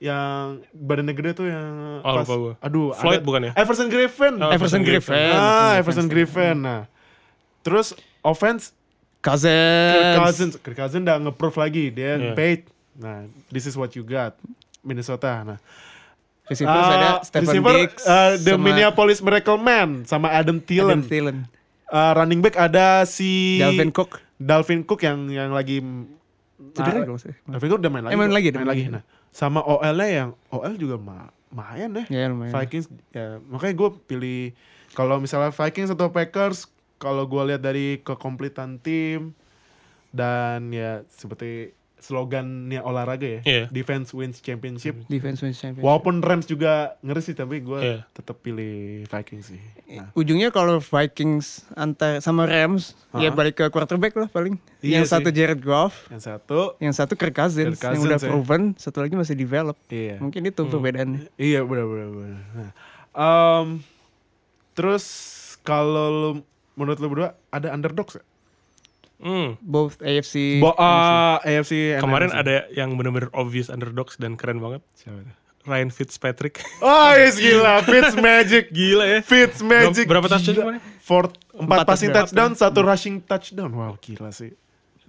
Speaker 1: Yang badannya gede tuh yang
Speaker 3: Oh, lupa gua.
Speaker 1: Aduh,
Speaker 3: Floyd
Speaker 1: ada-
Speaker 3: bukan ya?
Speaker 1: Everson Griffin.
Speaker 3: Oh,
Speaker 2: Everson
Speaker 3: Everson
Speaker 2: Griffin.
Speaker 1: Ah, Everson Griffin. Nah. Terus offense Kirk Cousins,
Speaker 2: Cousins.
Speaker 1: Kirk Cousins udah nge-proof lagi dia
Speaker 3: Iya.
Speaker 1: paid. Nah, this is what you got. Minnesota. Nah,
Speaker 2: Receivers
Speaker 1: Ah,
Speaker 2: ada Stephen
Speaker 1: receiver,
Speaker 2: Diggs.
Speaker 1: ah, the
Speaker 2: sama
Speaker 1: Minneapolis Miracle Man sama Adam Thielen.
Speaker 2: Adam Thielen.
Speaker 1: Ah, running back ada si
Speaker 2: Dalvin Cook.
Speaker 1: Dalvin Cook yang yang lagi
Speaker 2: Cedera
Speaker 1: Ah,
Speaker 2: kalau saya.
Speaker 1: Dalvin Cook udah main lagi.
Speaker 2: Eh, main
Speaker 1: kok.
Speaker 2: lagi,
Speaker 1: main
Speaker 2: main
Speaker 1: lagi.
Speaker 2: lagi.
Speaker 1: Nah, sama OL-nya yang OL juga ma main deh.
Speaker 2: Ya
Speaker 3: Iya.
Speaker 2: lumayan.
Speaker 1: Vikings ya makanya gue pilih kalau misalnya Vikings atau Packers kalau gue lihat dari kekompletan tim dan ya seperti slogannya olahraga ya
Speaker 3: Iya.
Speaker 1: defense wins championship
Speaker 2: Defense wins champion.
Speaker 1: walaupun Rams juga ngeri sih tapi gue
Speaker 3: Iya.
Speaker 1: tetap pilih Vikings sih nah.
Speaker 2: Ya. Ujungnya kalau Vikings antar sama Rams ya
Speaker 1: Ah.
Speaker 2: balik ke quarterback lah paling.
Speaker 1: Iya
Speaker 2: yang satu
Speaker 1: sih.
Speaker 2: Jared Goff,
Speaker 1: yang satu
Speaker 2: yang satu Kirk Cousins,
Speaker 1: Kirk
Speaker 2: yang udah
Speaker 1: Cousins, ya.
Speaker 2: proven, satu lagi masih develop.
Speaker 1: iya
Speaker 2: Mungkin itu perbedaannya.
Speaker 1: iya benar benar benar nah, em, terus kalau lu menurut lu berdua ada underdog gak?
Speaker 3: Hmm.
Speaker 2: Both AFC.
Speaker 1: Bo- ah, AFC and
Speaker 3: eh, Kemarin
Speaker 1: NFC.
Speaker 3: ada yang bener-bener obvious underdogs dan keren banget.
Speaker 1: Siapa tuh?
Speaker 3: Ryan Fitzpatrick.
Speaker 1: Oh, yes, gila. Fitz Magic.
Speaker 3: Gila ya.
Speaker 1: Fitz Magic.
Speaker 3: Berapa touchdown
Speaker 1: Gila.
Speaker 3: kemarin?
Speaker 1: Four- empat
Speaker 2: Empat
Speaker 1: passing touchdown,
Speaker 2: touchdown.
Speaker 1: satu rushing touchdown. Wow, gila sih.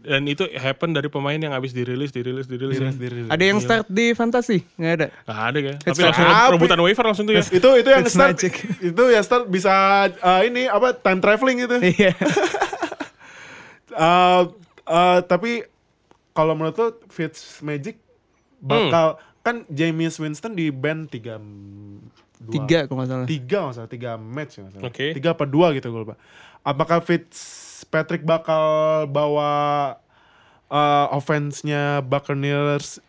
Speaker 3: Dan itu happen dari pemain yang habis dirilis, dirilis, dirilis.
Speaker 1: Serius,
Speaker 3: ya.
Speaker 1: serius.
Speaker 2: ada yang start di fantasy? Nggak ada.
Speaker 3: Nggak ada ya. Tapi
Speaker 2: Fitzpatrick.
Speaker 3: langsung
Speaker 1: Apa?
Speaker 3: rebutan waiver langsung tuh ya.
Speaker 1: Itu itu yang
Speaker 2: Fitz
Speaker 1: start.
Speaker 2: Magic.
Speaker 1: Itu yang start bisa eh, ini apa time traveling gitu.
Speaker 2: Iya.
Speaker 1: Eh, eh, tapi kalau menurut lo Fitz Magic bakal
Speaker 3: Hmm.
Speaker 1: kan James Winston di band tiga dua-
Speaker 2: Tiga kalau nggak salah.
Speaker 1: tiga masa tiga match nggak salah.
Speaker 3: Oke.
Speaker 1: tiga apa dua gitu gue lupa apakah Fitzpatrick bakal bawa uh, offense-nya Buccaneers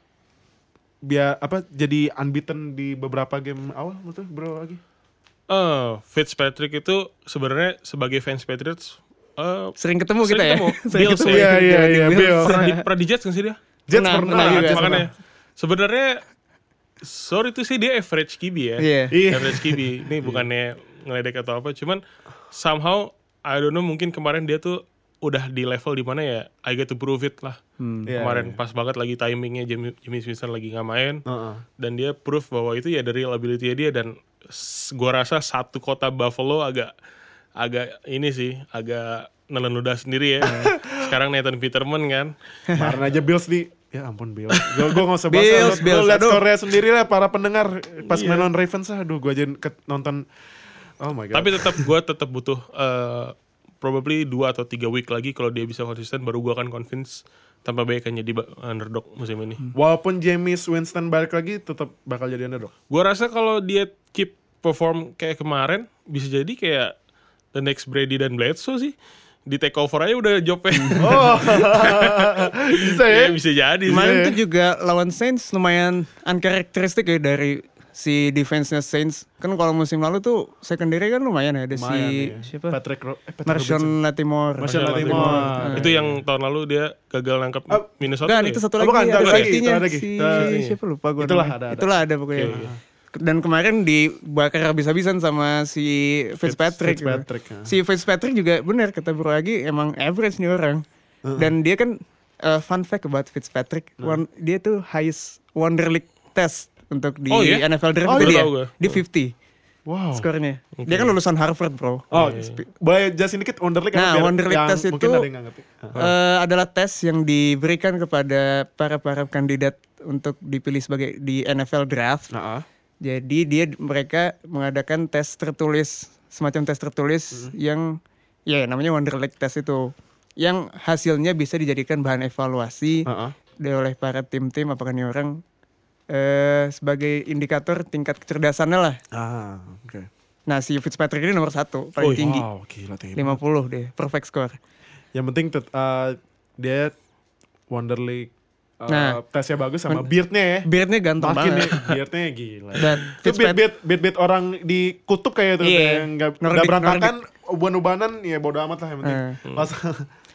Speaker 1: biar apa jadi unbeaten di beberapa game awal menurut lu, bro lagi
Speaker 3: Eh, Fitzpatrick itu sebenarnya sebagai fans Patriots eh
Speaker 2: Sering ketemu kita
Speaker 3: Sering
Speaker 2: ya.
Speaker 3: ketemu.
Speaker 2: Sering
Speaker 3: Bills
Speaker 2: ketemu
Speaker 3: ya.
Speaker 2: ya.
Speaker 1: Iya, iya, iya,
Speaker 2: Bills.
Speaker 1: Bills.
Speaker 3: pernah di, pernah di Jets kan sih dia?
Speaker 1: Jets
Speaker 2: Pernah,
Speaker 1: pernah,
Speaker 2: pernah
Speaker 1: Jets
Speaker 2: juga, Iya, pernah.
Speaker 1: pernah.
Speaker 3: Makanya sebenarnya sorry tuh sih dia average QB ya.
Speaker 2: Iya.
Speaker 1: Iya.
Speaker 3: Average QB. Ini bukannya ngeledek atau apa, cuman somehow I don't know mungkin kemarin dia tuh udah di level di mana ya I get to prove it lah.
Speaker 2: Hmm.
Speaker 1: Iya,
Speaker 3: kemarin
Speaker 1: iya.
Speaker 3: pas banget lagi timingnya Jamie, Jamie Winston lagi nggak main
Speaker 1: Heeh.
Speaker 3: dan dia proof bahwa itu ya dari ability dia dan s- gua rasa satu kota Buffalo agak agak ini sih agak nelen ludah sendiri ya
Speaker 2: Hmm.
Speaker 3: sekarang Nathan Peterman kan
Speaker 1: kemarin aja Bills di ya ampun Bills gue gue nggak usah bahas
Speaker 2: Bills,
Speaker 1: lu- lu
Speaker 2: Bills,
Speaker 1: lihat
Speaker 2: aduh.
Speaker 1: Korea sendiri lah para pendengar pas main lawan Ravens ah, aduh gue aja ke- nonton oh my god
Speaker 3: tapi tetap gua tetap butuh eh, probably dua atau tiga week lagi kalau dia bisa konsisten baru gua akan convince tanpa Bay akan jadi ba- underdog musim ini
Speaker 2: Hmm.
Speaker 1: walaupun James Winston balik lagi tetap bakal jadi underdog
Speaker 3: Gua rasa kalau dia keep perform kayak kemarin bisa jadi kayak the next Brady dan Bledsoe sih di take over aja udah jobnya
Speaker 2: Hmm.
Speaker 1: Oh, bisa ya?
Speaker 3: Ya, bisa jadi sih.
Speaker 2: iya. Kemarin
Speaker 1: Iya.
Speaker 2: tuh juga lawan Saints lumayan uncharacteristic ya dari si defense-nya Saints. Kan kalau musim lalu tuh secondary kan lumayan ya ada
Speaker 1: Lumayan
Speaker 2: si
Speaker 1: ya.
Speaker 2: siapa?
Speaker 1: Patrick, Ro eh, Patrick
Speaker 2: Marshawn
Speaker 1: Robinson.
Speaker 2: Latimore.
Speaker 1: Marshawn
Speaker 3: Marshawn
Speaker 1: Latimore.
Speaker 3: Latimore.
Speaker 1: Ah.
Speaker 3: Itu yang tahun lalu dia gagal nangkap
Speaker 1: Ah,
Speaker 3: Minnesota.
Speaker 2: Bukan,
Speaker 3: ya?
Speaker 2: itu satu
Speaker 1: Oh,
Speaker 2: lagi
Speaker 1: bukan,
Speaker 2: ada
Speaker 1: itu lagi,
Speaker 2: safety-nya,
Speaker 1: itu lagi.
Speaker 2: si
Speaker 1: Itu-
Speaker 2: siapa lupa gue.
Speaker 1: Itulah
Speaker 2: namanya.
Speaker 1: ada, ada.
Speaker 2: Itulah ada pokoknya.
Speaker 3: Oke,
Speaker 2: Dan kemarin dibakar habis-habisan sama si Fitzpatrick. gitu.
Speaker 1: Fitzpatrick, ya.
Speaker 2: Si Fitzpatrick juga benar kata Bro lagi emang average nih orang. Dan dia kan uh, fun fact about Fitzpatrick,
Speaker 1: Nah.
Speaker 2: one- dia tuh highest Wonder League test untuk di
Speaker 3: Oh, iya?
Speaker 2: NFL draft
Speaker 3: Oh,
Speaker 2: itu
Speaker 3: iya.
Speaker 2: dia.
Speaker 3: Tahu gua.
Speaker 2: Di 50
Speaker 1: Wow.
Speaker 2: skornya. Dia kan lulusan Harvard, Bro.
Speaker 1: Oh, boleh jelasin dikit Wonderlic
Speaker 2: Iya, Nah,
Speaker 1: biar
Speaker 2: Wonderlic
Speaker 1: yang
Speaker 2: test
Speaker 1: mungkin
Speaker 2: itu-
Speaker 1: ada yang nggak ngerti. Ah.
Speaker 2: eh, adalah tes yang diberikan kepada para para kandidat untuk dipilih sebagai di NFL draft.
Speaker 1: Nah, ah.
Speaker 2: Jadi dia mereka mengadakan tes tertulis semacam tes tertulis
Speaker 1: Hmm.
Speaker 2: yang ya namanya Wonderlic test itu yang hasilnya bisa dijadikan bahan evaluasi
Speaker 1: Ah, ah.
Speaker 2: di- oleh para tim-tim apakah ini orang eh, sebagai indikator tingkat kecerdasannya lah.
Speaker 1: Ah, oke.
Speaker 2: Nah si Fitzpatrick ini nomor satu paling
Speaker 3: Wih,
Speaker 2: tinggi
Speaker 1: Wow, gila teh.
Speaker 2: 50 deh perfect score.
Speaker 1: Yang penting tet- ah, dia uh, Wonderlic eh,
Speaker 2: Nah.
Speaker 1: tesnya bagus sama beardnya ya.
Speaker 2: Beardnya ganteng
Speaker 1: Makin ya.
Speaker 2: banget.
Speaker 1: nih, beardnya gila.
Speaker 2: Dan
Speaker 1: Itu
Speaker 2: Fitz
Speaker 1: beard,
Speaker 2: Pat-
Speaker 1: beard, beard, beard orang di kutub kayak itu.
Speaker 2: Iya.
Speaker 1: kayak Nggak nggak
Speaker 2: Nordic-
Speaker 1: berantakan, uban-ubanan ya bodo amat lah yang penting.
Speaker 2: Eh.
Speaker 1: Langsung-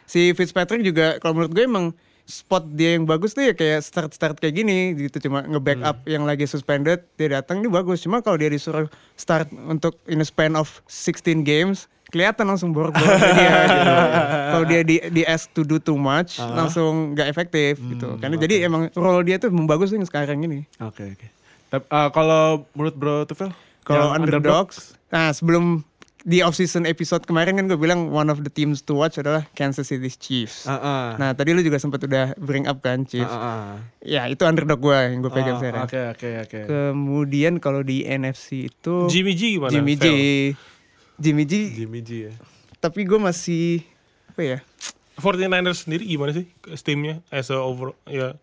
Speaker 2: si Fitzpatrick juga kalau menurut gue emang spot dia yang bagus tuh ya kayak start start kayak gini gitu cuma nge-backup yang lagi suspended dia datang ini bagus cuma kalau dia disuruh start untuk in a span of 16 games kelihatan langsung borok-borok dia gitu. kalau dia di di ask to do too much langsung nggak efektif gitu karena jadi emang role dia tuh membagus nih sekarang ini
Speaker 1: Oke oke. Tapi eh, kalau menurut Bro Tufel,
Speaker 2: kalau
Speaker 1: yang
Speaker 2: underdogs, nah sebelum di off season episode kemarin kan gue bilang one of the teams to watch adalah Kansas City Chiefs.
Speaker 1: Ah, ah.
Speaker 2: Nah tadi lu juga sempat udah bring up
Speaker 1: Ah,
Speaker 2: kan Chiefs.
Speaker 1: ah, ah.
Speaker 2: Ya itu underdog gue yang gue pegang
Speaker 1: Ah,
Speaker 2: sekarang.
Speaker 1: Oke oke oke.
Speaker 2: Kemudian kalau di NFC itu
Speaker 3: Jimmy G gimana?
Speaker 2: Jimmy G,
Speaker 3: Fel?
Speaker 2: Jimmy G.
Speaker 1: Jimmy G ya.
Speaker 2: Tapi gue masih apa ya?
Speaker 3: 49ers sendiri gimana sih timnya as a over ya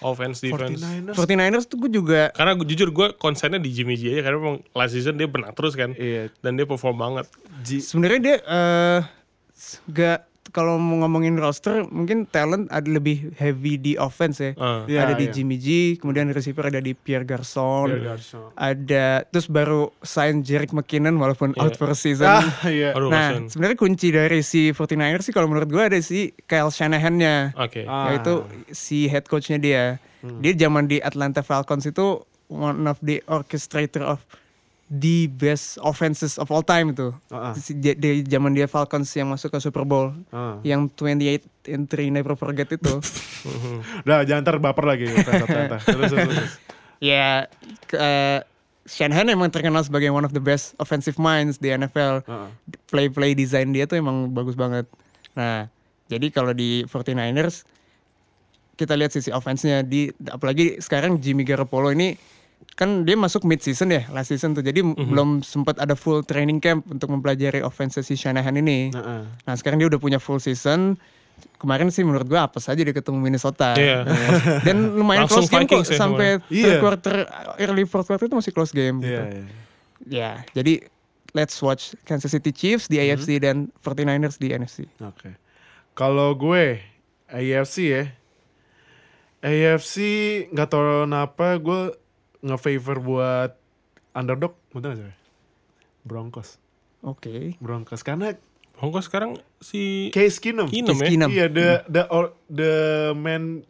Speaker 3: offense defense?
Speaker 1: 49ers.
Speaker 2: 49ers tuh gue juga
Speaker 3: Karena gua- jujur gue konsennya di Jimmy G aja karena memang last season dia benar terus kan
Speaker 1: Iya.
Speaker 3: dan dia perform banget.
Speaker 1: G.
Speaker 2: sebenarnya dia eh gak kalau mau ngomongin roster mungkin talent ada lebih heavy di offense ya.
Speaker 3: Ah.
Speaker 1: Iya,
Speaker 2: ada
Speaker 1: iya.
Speaker 2: di Jimmy G, kemudian receiver ada di Pierre Garçon.
Speaker 1: Pierre Garçon.
Speaker 2: Ada terus baru sign Jerick McKinnon walaupun
Speaker 3: Iya.
Speaker 2: out for season.
Speaker 1: Ah iya.
Speaker 3: Aduh,
Speaker 2: nah,
Speaker 3: kasihan.
Speaker 2: sebenarnya kunci dari si 49ers sih kalau menurut gua ada si Kyle Shanahan-nya.
Speaker 3: Oke.
Speaker 1: Ah. Hmm.
Speaker 2: Yaitu si head coach-nya dia. Dia zaman di Atlanta Falcons itu one of the orchestrator of the best offenses of all time itu.
Speaker 1: Ah, ah.
Speaker 2: Si- di- Dari zaman dia Falcons yang masuk ke Super Bowl.
Speaker 1: Ah.
Speaker 2: Yang 28 and 3 never forget itu.
Speaker 1: Udah jangan ntar baper lagi. Terus, terus, terus, terus.
Speaker 2: ya ke- eh, Shanahan emang terkenal sebagai one of the best offensive minds di NFL.
Speaker 1: Heeh.
Speaker 2: Play-play design dia tuh emang bagus banget. Nah, jadi kalau di 49ers kita lihat sisi offense-nya di apalagi sekarang Jimmy Garoppolo ini kan dia masuk mid season ya last season tuh jadi belum sempat ada full training camp untuk mempelajari offense si Shanahan ini.
Speaker 1: Heeh.
Speaker 2: Nah sekarang dia udah punya full season. Kemarin sih menurut gua apa saja dia ketemu Minnesota.
Speaker 3: Iya.
Speaker 2: Dan lumayan
Speaker 3: Langsung
Speaker 2: close game kok
Speaker 3: Vikings ya
Speaker 2: sampai
Speaker 1: kemarin. Iya.
Speaker 2: third quarter early fourth quarter itu masih close game.
Speaker 1: Iya.
Speaker 2: Gitu.
Speaker 1: iya.
Speaker 2: Ya, jadi let's watch Kansas City Chiefs di AFC dan 49ers di NFC.
Speaker 1: Oke. Kalau gue AFC ya. AFC nggak tahu kenapa gue nge-favor buat underdog, betul nggak sih? Broncos,
Speaker 2: Oke.
Speaker 1: Broncos karena
Speaker 3: Hongkong sekarang si
Speaker 1: Case Keenum,
Speaker 3: Keenum
Speaker 2: Case Keenum.
Speaker 3: ya.
Speaker 1: iya the the or- the man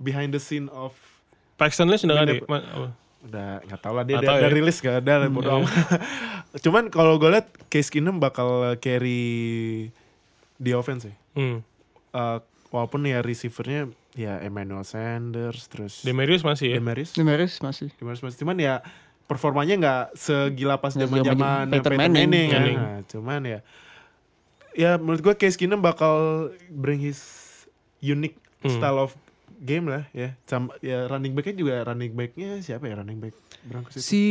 Speaker 1: behind the scene of
Speaker 3: Paxton Lynch udah nggak ada. ya?
Speaker 1: Minap-
Speaker 3: Ma- oh. apa?
Speaker 1: udah nggak tahu lah dia
Speaker 3: Nggak
Speaker 1: udah,
Speaker 3: tahu
Speaker 1: udah
Speaker 3: ya.
Speaker 1: rilis gak ada bodo
Speaker 3: iya.
Speaker 1: amat. Cuman kalau gue liat Case Keenum bakal carry di offense sih.
Speaker 3: Hmm.
Speaker 1: Eh, walaupun ya receivernya ya Emmanuel Sanders terus
Speaker 3: Demarius masih ya.
Speaker 1: Demaris.
Speaker 2: Numeris masih.
Speaker 1: Demaris Mars. Cuman ya performanya nggak segila pas
Speaker 2: Nggak
Speaker 1: zaman zaman
Speaker 2: segila Peyton Manning.
Speaker 1: kan.
Speaker 3: Manning.
Speaker 1: Nah, cuman ya ya menurut gua Case Keenum bakal bring his unique
Speaker 3: Hmm.
Speaker 1: style of game lah ya. Sama ya running backnya juga running backnya siapa ya running back Broncos itu?
Speaker 2: Si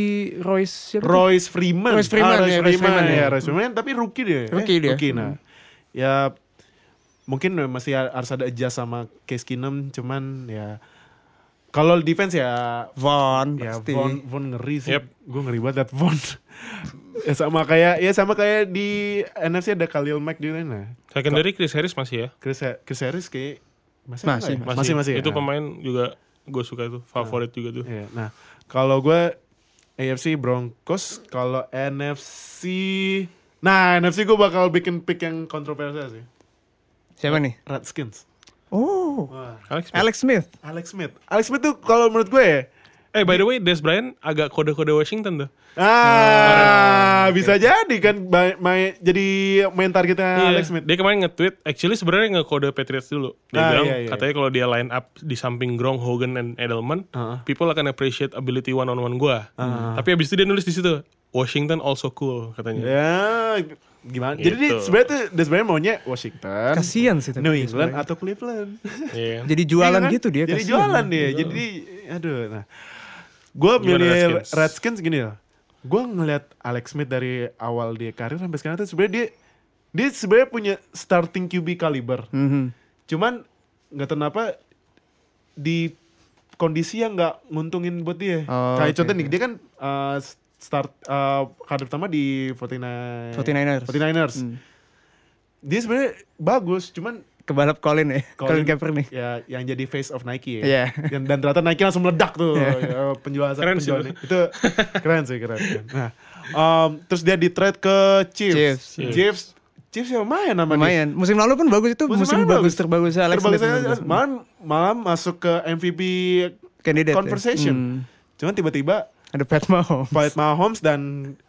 Speaker 2: Royce siapa? tuh?
Speaker 1: Royce Freeman.
Speaker 2: Royce Freeman,
Speaker 1: Royce
Speaker 2: ya, Royce
Speaker 1: Freeman,
Speaker 2: Freeman,
Speaker 1: ya,
Speaker 2: ya.
Speaker 1: Royce Freeman tapi rookie dia.
Speaker 2: Rookie dia. Hmm.
Speaker 1: nah. Ya mungkin masih harus ada adjust sama Case Keenum cuman ya kalau defense ya
Speaker 2: Vaughn
Speaker 1: Ya
Speaker 2: pasti.
Speaker 1: Von, Von ngeri sih.
Speaker 3: Yep.
Speaker 1: Gue ngeri banget liat Von. ya sama kayak ya sama kayak di NFC ada Khalil Mack di sana.
Speaker 3: Secondary Chris Harris masih ya.
Speaker 1: Chris, Chris Harris kayak masih
Speaker 2: Masih,
Speaker 1: nggak ya? masih masih.
Speaker 3: Itu
Speaker 1: ya?
Speaker 3: pemain juga gue suka tuh, favorit juga tuh.
Speaker 1: Iya. Nah, kalau gue AFC Broncos, kalau NFC Nah, NFC gue bakal bikin pick yang kontroversial sih.
Speaker 2: Siapa nih?
Speaker 1: Redskins.
Speaker 2: Oh,
Speaker 1: Wah.
Speaker 3: Alex. Smith.
Speaker 2: Alex Smith.
Speaker 1: Alex Smith. Alex Smith tuh kalau menurut gue ya,
Speaker 3: Eh by the way, Des Bryant agak kode-kode Washington tuh.
Speaker 1: ah, bisa jadi kan ba- main, jadi main targetnya
Speaker 3: Iya,
Speaker 1: Alex Smith.
Speaker 3: Dia kemarin nge-tweet, actually sebenarnya ngekode Patriots dulu. Dia
Speaker 1: Ah,
Speaker 3: bilang
Speaker 1: iya, iya.
Speaker 3: katanya kalau dia line up di samping Gronk, Hogan, and Edelman,
Speaker 1: Ah.
Speaker 3: people akan appreciate ability one on one gua. Tapi abis itu dia nulis di situ Washington also cool katanya.
Speaker 1: Ya gimana? Jadi
Speaker 3: Gitu.
Speaker 1: dia sebenarnya tuh dia sebenarnya maunya Washington,
Speaker 2: Kasihan sih tapi
Speaker 1: New
Speaker 2: dia
Speaker 1: England
Speaker 2: sebenarnya.
Speaker 1: atau Cleveland.
Speaker 3: Iya.
Speaker 2: Kan Jadi jualan
Speaker 1: Iya kan?
Speaker 2: gitu dia.
Speaker 1: Jadi
Speaker 2: kasihan.
Speaker 1: jualan dia. Jadi aduh nah. Gue
Speaker 3: Gimana
Speaker 1: milih
Speaker 3: Redskins?
Speaker 1: Redskins, gini loh. Gue ngeliat Alex Smith dari awal dia karir sampai sekarang tuh sebenarnya dia dia sebenarnya punya starting QB kaliber.
Speaker 2: Mhm.
Speaker 1: Cuman nggak tahu kenapa di kondisi yang nggak nguntungin buat dia.
Speaker 2: Oh,
Speaker 1: Kayak
Speaker 2: oke,
Speaker 1: contoh nih
Speaker 2: oke.
Speaker 1: dia kan uh, start uh, karir pertama di 49
Speaker 2: 49ers. Hmm.
Speaker 1: 49ers. Dia sebenarnya bagus, cuman
Speaker 2: pebalap Colin ya. Colin, Kaepernick.
Speaker 1: Ya, yang jadi face of Nike ya.
Speaker 2: Iya.
Speaker 1: Dan, dan ternyata Nike langsung meledak tuh ya, penjualan
Speaker 3: Keren sih
Speaker 1: penjualannya. Itu keren sih, keren. keren. Nah, um, terus dia di trade ke
Speaker 2: Chiefs. iya.
Speaker 1: Chiefs.
Speaker 3: Chiefs.
Speaker 1: Chiefs. Chiefs ya lumayan namanya.
Speaker 2: Lumayan. Musim lalu pun bagus itu musim,
Speaker 1: lalu
Speaker 2: bagus terbagus Alex
Speaker 1: Terbagus
Speaker 2: Smith.
Speaker 1: Alex. Malah, malah masuk ke MVP
Speaker 2: Candidate ya.
Speaker 1: conversation.
Speaker 2: Hmm.
Speaker 1: Cuman tiba-tiba
Speaker 2: Ada Pat Mahomes.
Speaker 1: Pat Mahomes dan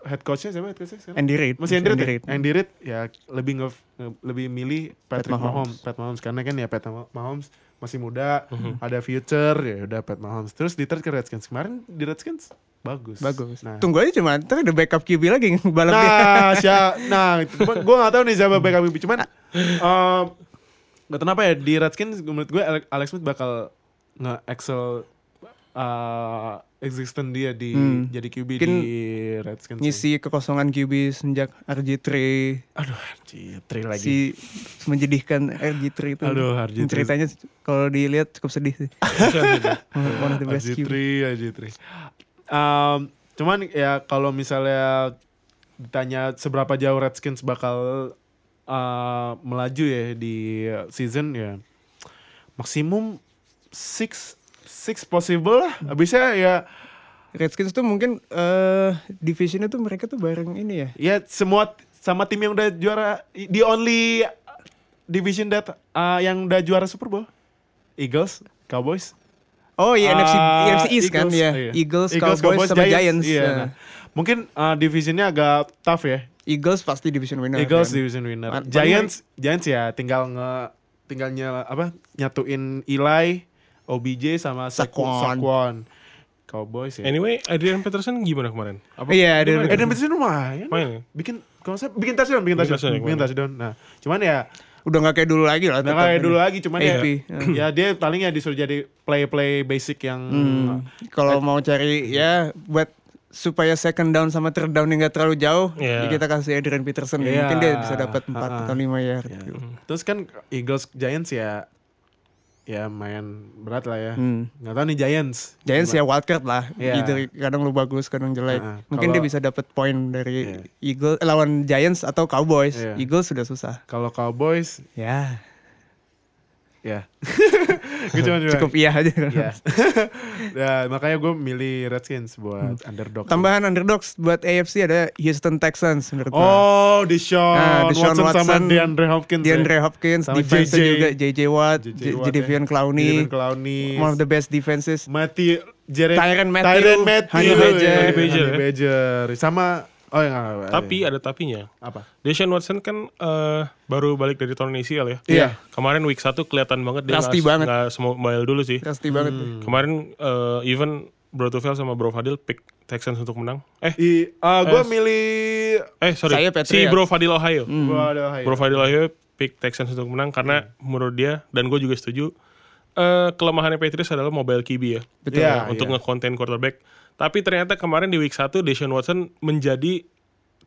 Speaker 1: head coachnya siapa head coachnya sekarang?
Speaker 2: Andy Reid.
Speaker 1: Masih Andy Reid.
Speaker 2: Reid.
Speaker 1: ya? Andy Reid ya lebih nge, nge- lebih milih Patrick
Speaker 2: Pat Mahomes.
Speaker 1: Mahomes. Pat Mahomes karena kan ya Pat Ma- Mahomes masih muda,
Speaker 2: Mhm.
Speaker 1: ada future ya udah Pat Mahomes. Terus di trade ke Redskins kemarin di Redskins bagus.
Speaker 2: Bagus.
Speaker 1: Nah,
Speaker 2: Tunggu aja cuma tapi ada backup QB lagi yang balap dia.
Speaker 1: nah, sia- nah gue gak tahu nih siapa
Speaker 2: Hmm.
Speaker 1: backup QB cuman em, gak tahu kenapa ya di Redskins menurut gue Ale- Alex Smith bakal nge-excel eh existence dia di
Speaker 2: Hmm.
Speaker 1: jadi QB
Speaker 2: Mungkin
Speaker 1: di Redskins.
Speaker 2: Ngisi kekosongan QB semenjak RG3
Speaker 1: Aduh, Citri lagi.
Speaker 2: si menjadikan RG3 itu.
Speaker 1: Aduh, RG3.
Speaker 2: Ceritanya kalau dilihat cukup sedih sih. One of the best
Speaker 1: RG3,
Speaker 2: QB.
Speaker 1: RG3. Um, cuman ya kalau misalnya ditanya seberapa jauh Redskins bakal uh, melaju ya di season ya maksimum six six possible lah. Abisnya ya
Speaker 2: Redskins tuh mungkin eh divisionnya tuh mereka tuh bareng ini ya.
Speaker 1: ya semua t- sama tim yang udah juara di only division that uh, yang udah juara Super Bowl. Eagles, Cowboys,
Speaker 2: Oh iya NFC,
Speaker 1: Ah,
Speaker 2: NFC East kan ya.
Speaker 1: iya.
Speaker 2: Eagles, Cowboys, sama Giants.
Speaker 1: Iya,
Speaker 2: Nah,
Speaker 1: nah. Mungkin uh, divisionnya agak tough ya.
Speaker 2: Eagles pasti division winner.
Speaker 1: Eagles
Speaker 2: kan.
Speaker 1: division winner.
Speaker 2: Pan-
Speaker 1: Giants, Giants ya tinggal nge tinggalnya apa nyatuin Eli, OBJ sama Saquon.
Speaker 2: Saquon.
Speaker 1: Saquon. Cowboys ya.
Speaker 3: Anyway, Adrian Peterson gimana kemarin? Apa
Speaker 2: Iya, ada
Speaker 1: Eh, dan Peterson lumayan.
Speaker 3: main ya?
Speaker 1: Bikin konsep bikin touchdown, bikin
Speaker 3: Bikin
Speaker 1: touchdown,
Speaker 3: touchdown,
Speaker 1: bikin touchdown. Nah, cuman ya
Speaker 2: udah nggak kayak dulu lagi lah.
Speaker 1: Nah,
Speaker 2: tetap
Speaker 1: kayak
Speaker 2: ini. Iya.
Speaker 1: dulu lagi cuman ya,
Speaker 2: AP.
Speaker 1: ya dia paling ya disuruh jadi play-play basic yang
Speaker 2: Hmm,
Speaker 1: Eh.
Speaker 2: Kalau mau cari ya buat supaya second down sama third down yang nggak terlalu jauh,
Speaker 3: Iya.
Speaker 2: ya kita kasih Adrian Peterson
Speaker 1: Iya.
Speaker 2: mungkin dia bisa dapat 4
Speaker 1: Ha-ha.
Speaker 2: atau 5 ya.
Speaker 1: Ya. Terus kan Eagles Giants ya ya main berat lah ya.
Speaker 2: Hmm.
Speaker 1: Nggak tahu nih Giants.
Speaker 2: Giants
Speaker 1: Gimana?
Speaker 2: ya wildcard lah.
Speaker 1: Iya.
Speaker 2: Either kadang lu bagus, kadang jelek.
Speaker 1: Ha-ha.
Speaker 2: Mungkin
Speaker 1: Kalau-
Speaker 2: dia bisa dapat poin dari
Speaker 1: Iya.
Speaker 2: Eagles eh, lawan Giants atau Cowboys.
Speaker 1: Iya.
Speaker 2: Eagles sudah susah.
Speaker 1: Kalau Cowboys
Speaker 2: Ya,
Speaker 1: ya. Gue cuma bilang,
Speaker 2: cukup iya aja.
Speaker 1: Ya. Ya, makanya gue milih Redskins buat
Speaker 2: Hmm.
Speaker 1: underdog.
Speaker 2: Tambahan underdogs buat AFC ada Houston Texans menurut gua.
Speaker 1: Oh, Deshaun,
Speaker 2: Nah, Deshaun
Speaker 1: Watson, sama
Speaker 2: Watson,
Speaker 1: DeAndre Hopkins. ya.
Speaker 2: DeAndre Hopkins,
Speaker 1: Sama
Speaker 2: defense
Speaker 1: JJ.
Speaker 2: juga JJ Watt,
Speaker 1: JJ
Speaker 2: J-
Speaker 1: Watt,
Speaker 2: Jadavion
Speaker 1: ya.
Speaker 2: Clowney,
Speaker 1: Jadavion Clowney.
Speaker 2: one of the best defenses.
Speaker 1: Matthew Jared,
Speaker 2: Tyrann Matthew,
Speaker 1: Tyrann Matthew,
Speaker 2: Honey
Speaker 1: ya,
Speaker 2: Badger.
Speaker 1: Honey
Speaker 3: Badger, ya.
Speaker 1: Badger. sama oh yang
Speaker 3: Tapi ada tapinya.
Speaker 1: apa?
Speaker 3: Deshaun Watson kan eh, baru balik dari torn ACL ya.
Speaker 1: Iya.
Speaker 3: Kemarin week 1 kelihatan banget dia
Speaker 2: Rusty
Speaker 3: nggak-
Speaker 2: banget.
Speaker 3: nggak semobile dulu sih.
Speaker 2: Pasti banget.
Speaker 1: Hmm,
Speaker 3: Kemarin eh, even Bro Tufel sama Bro Fadil pick Texans untuk menang. Eh,
Speaker 1: I, ah, gue
Speaker 3: Eh,
Speaker 1: milih
Speaker 3: eh sorry.
Speaker 2: saya
Speaker 3: si
Speaker 2: Patriots.
Speaker 1: ya?
Speaker 3: Bro Fadil Ohio.
Speaker 2: Hmm.
Speaker 1: gue ada Ohio.
Speaker 3: Bro Fadil Ohio pick Texans untuk menang
Speaker 1: Hmm.
Speaker 3: karena menurut dia dan gue juga setuju eh, kelemahannya Patriots adalah mobile QB ya.
Speaker 1: Betul. Iya,
Speaker 3: untuk
Speaker 1: iya.
Speaker 3: nge-contain quarterback. Tapi ternyata kemarin di week 1 Deshaun Watson menjadi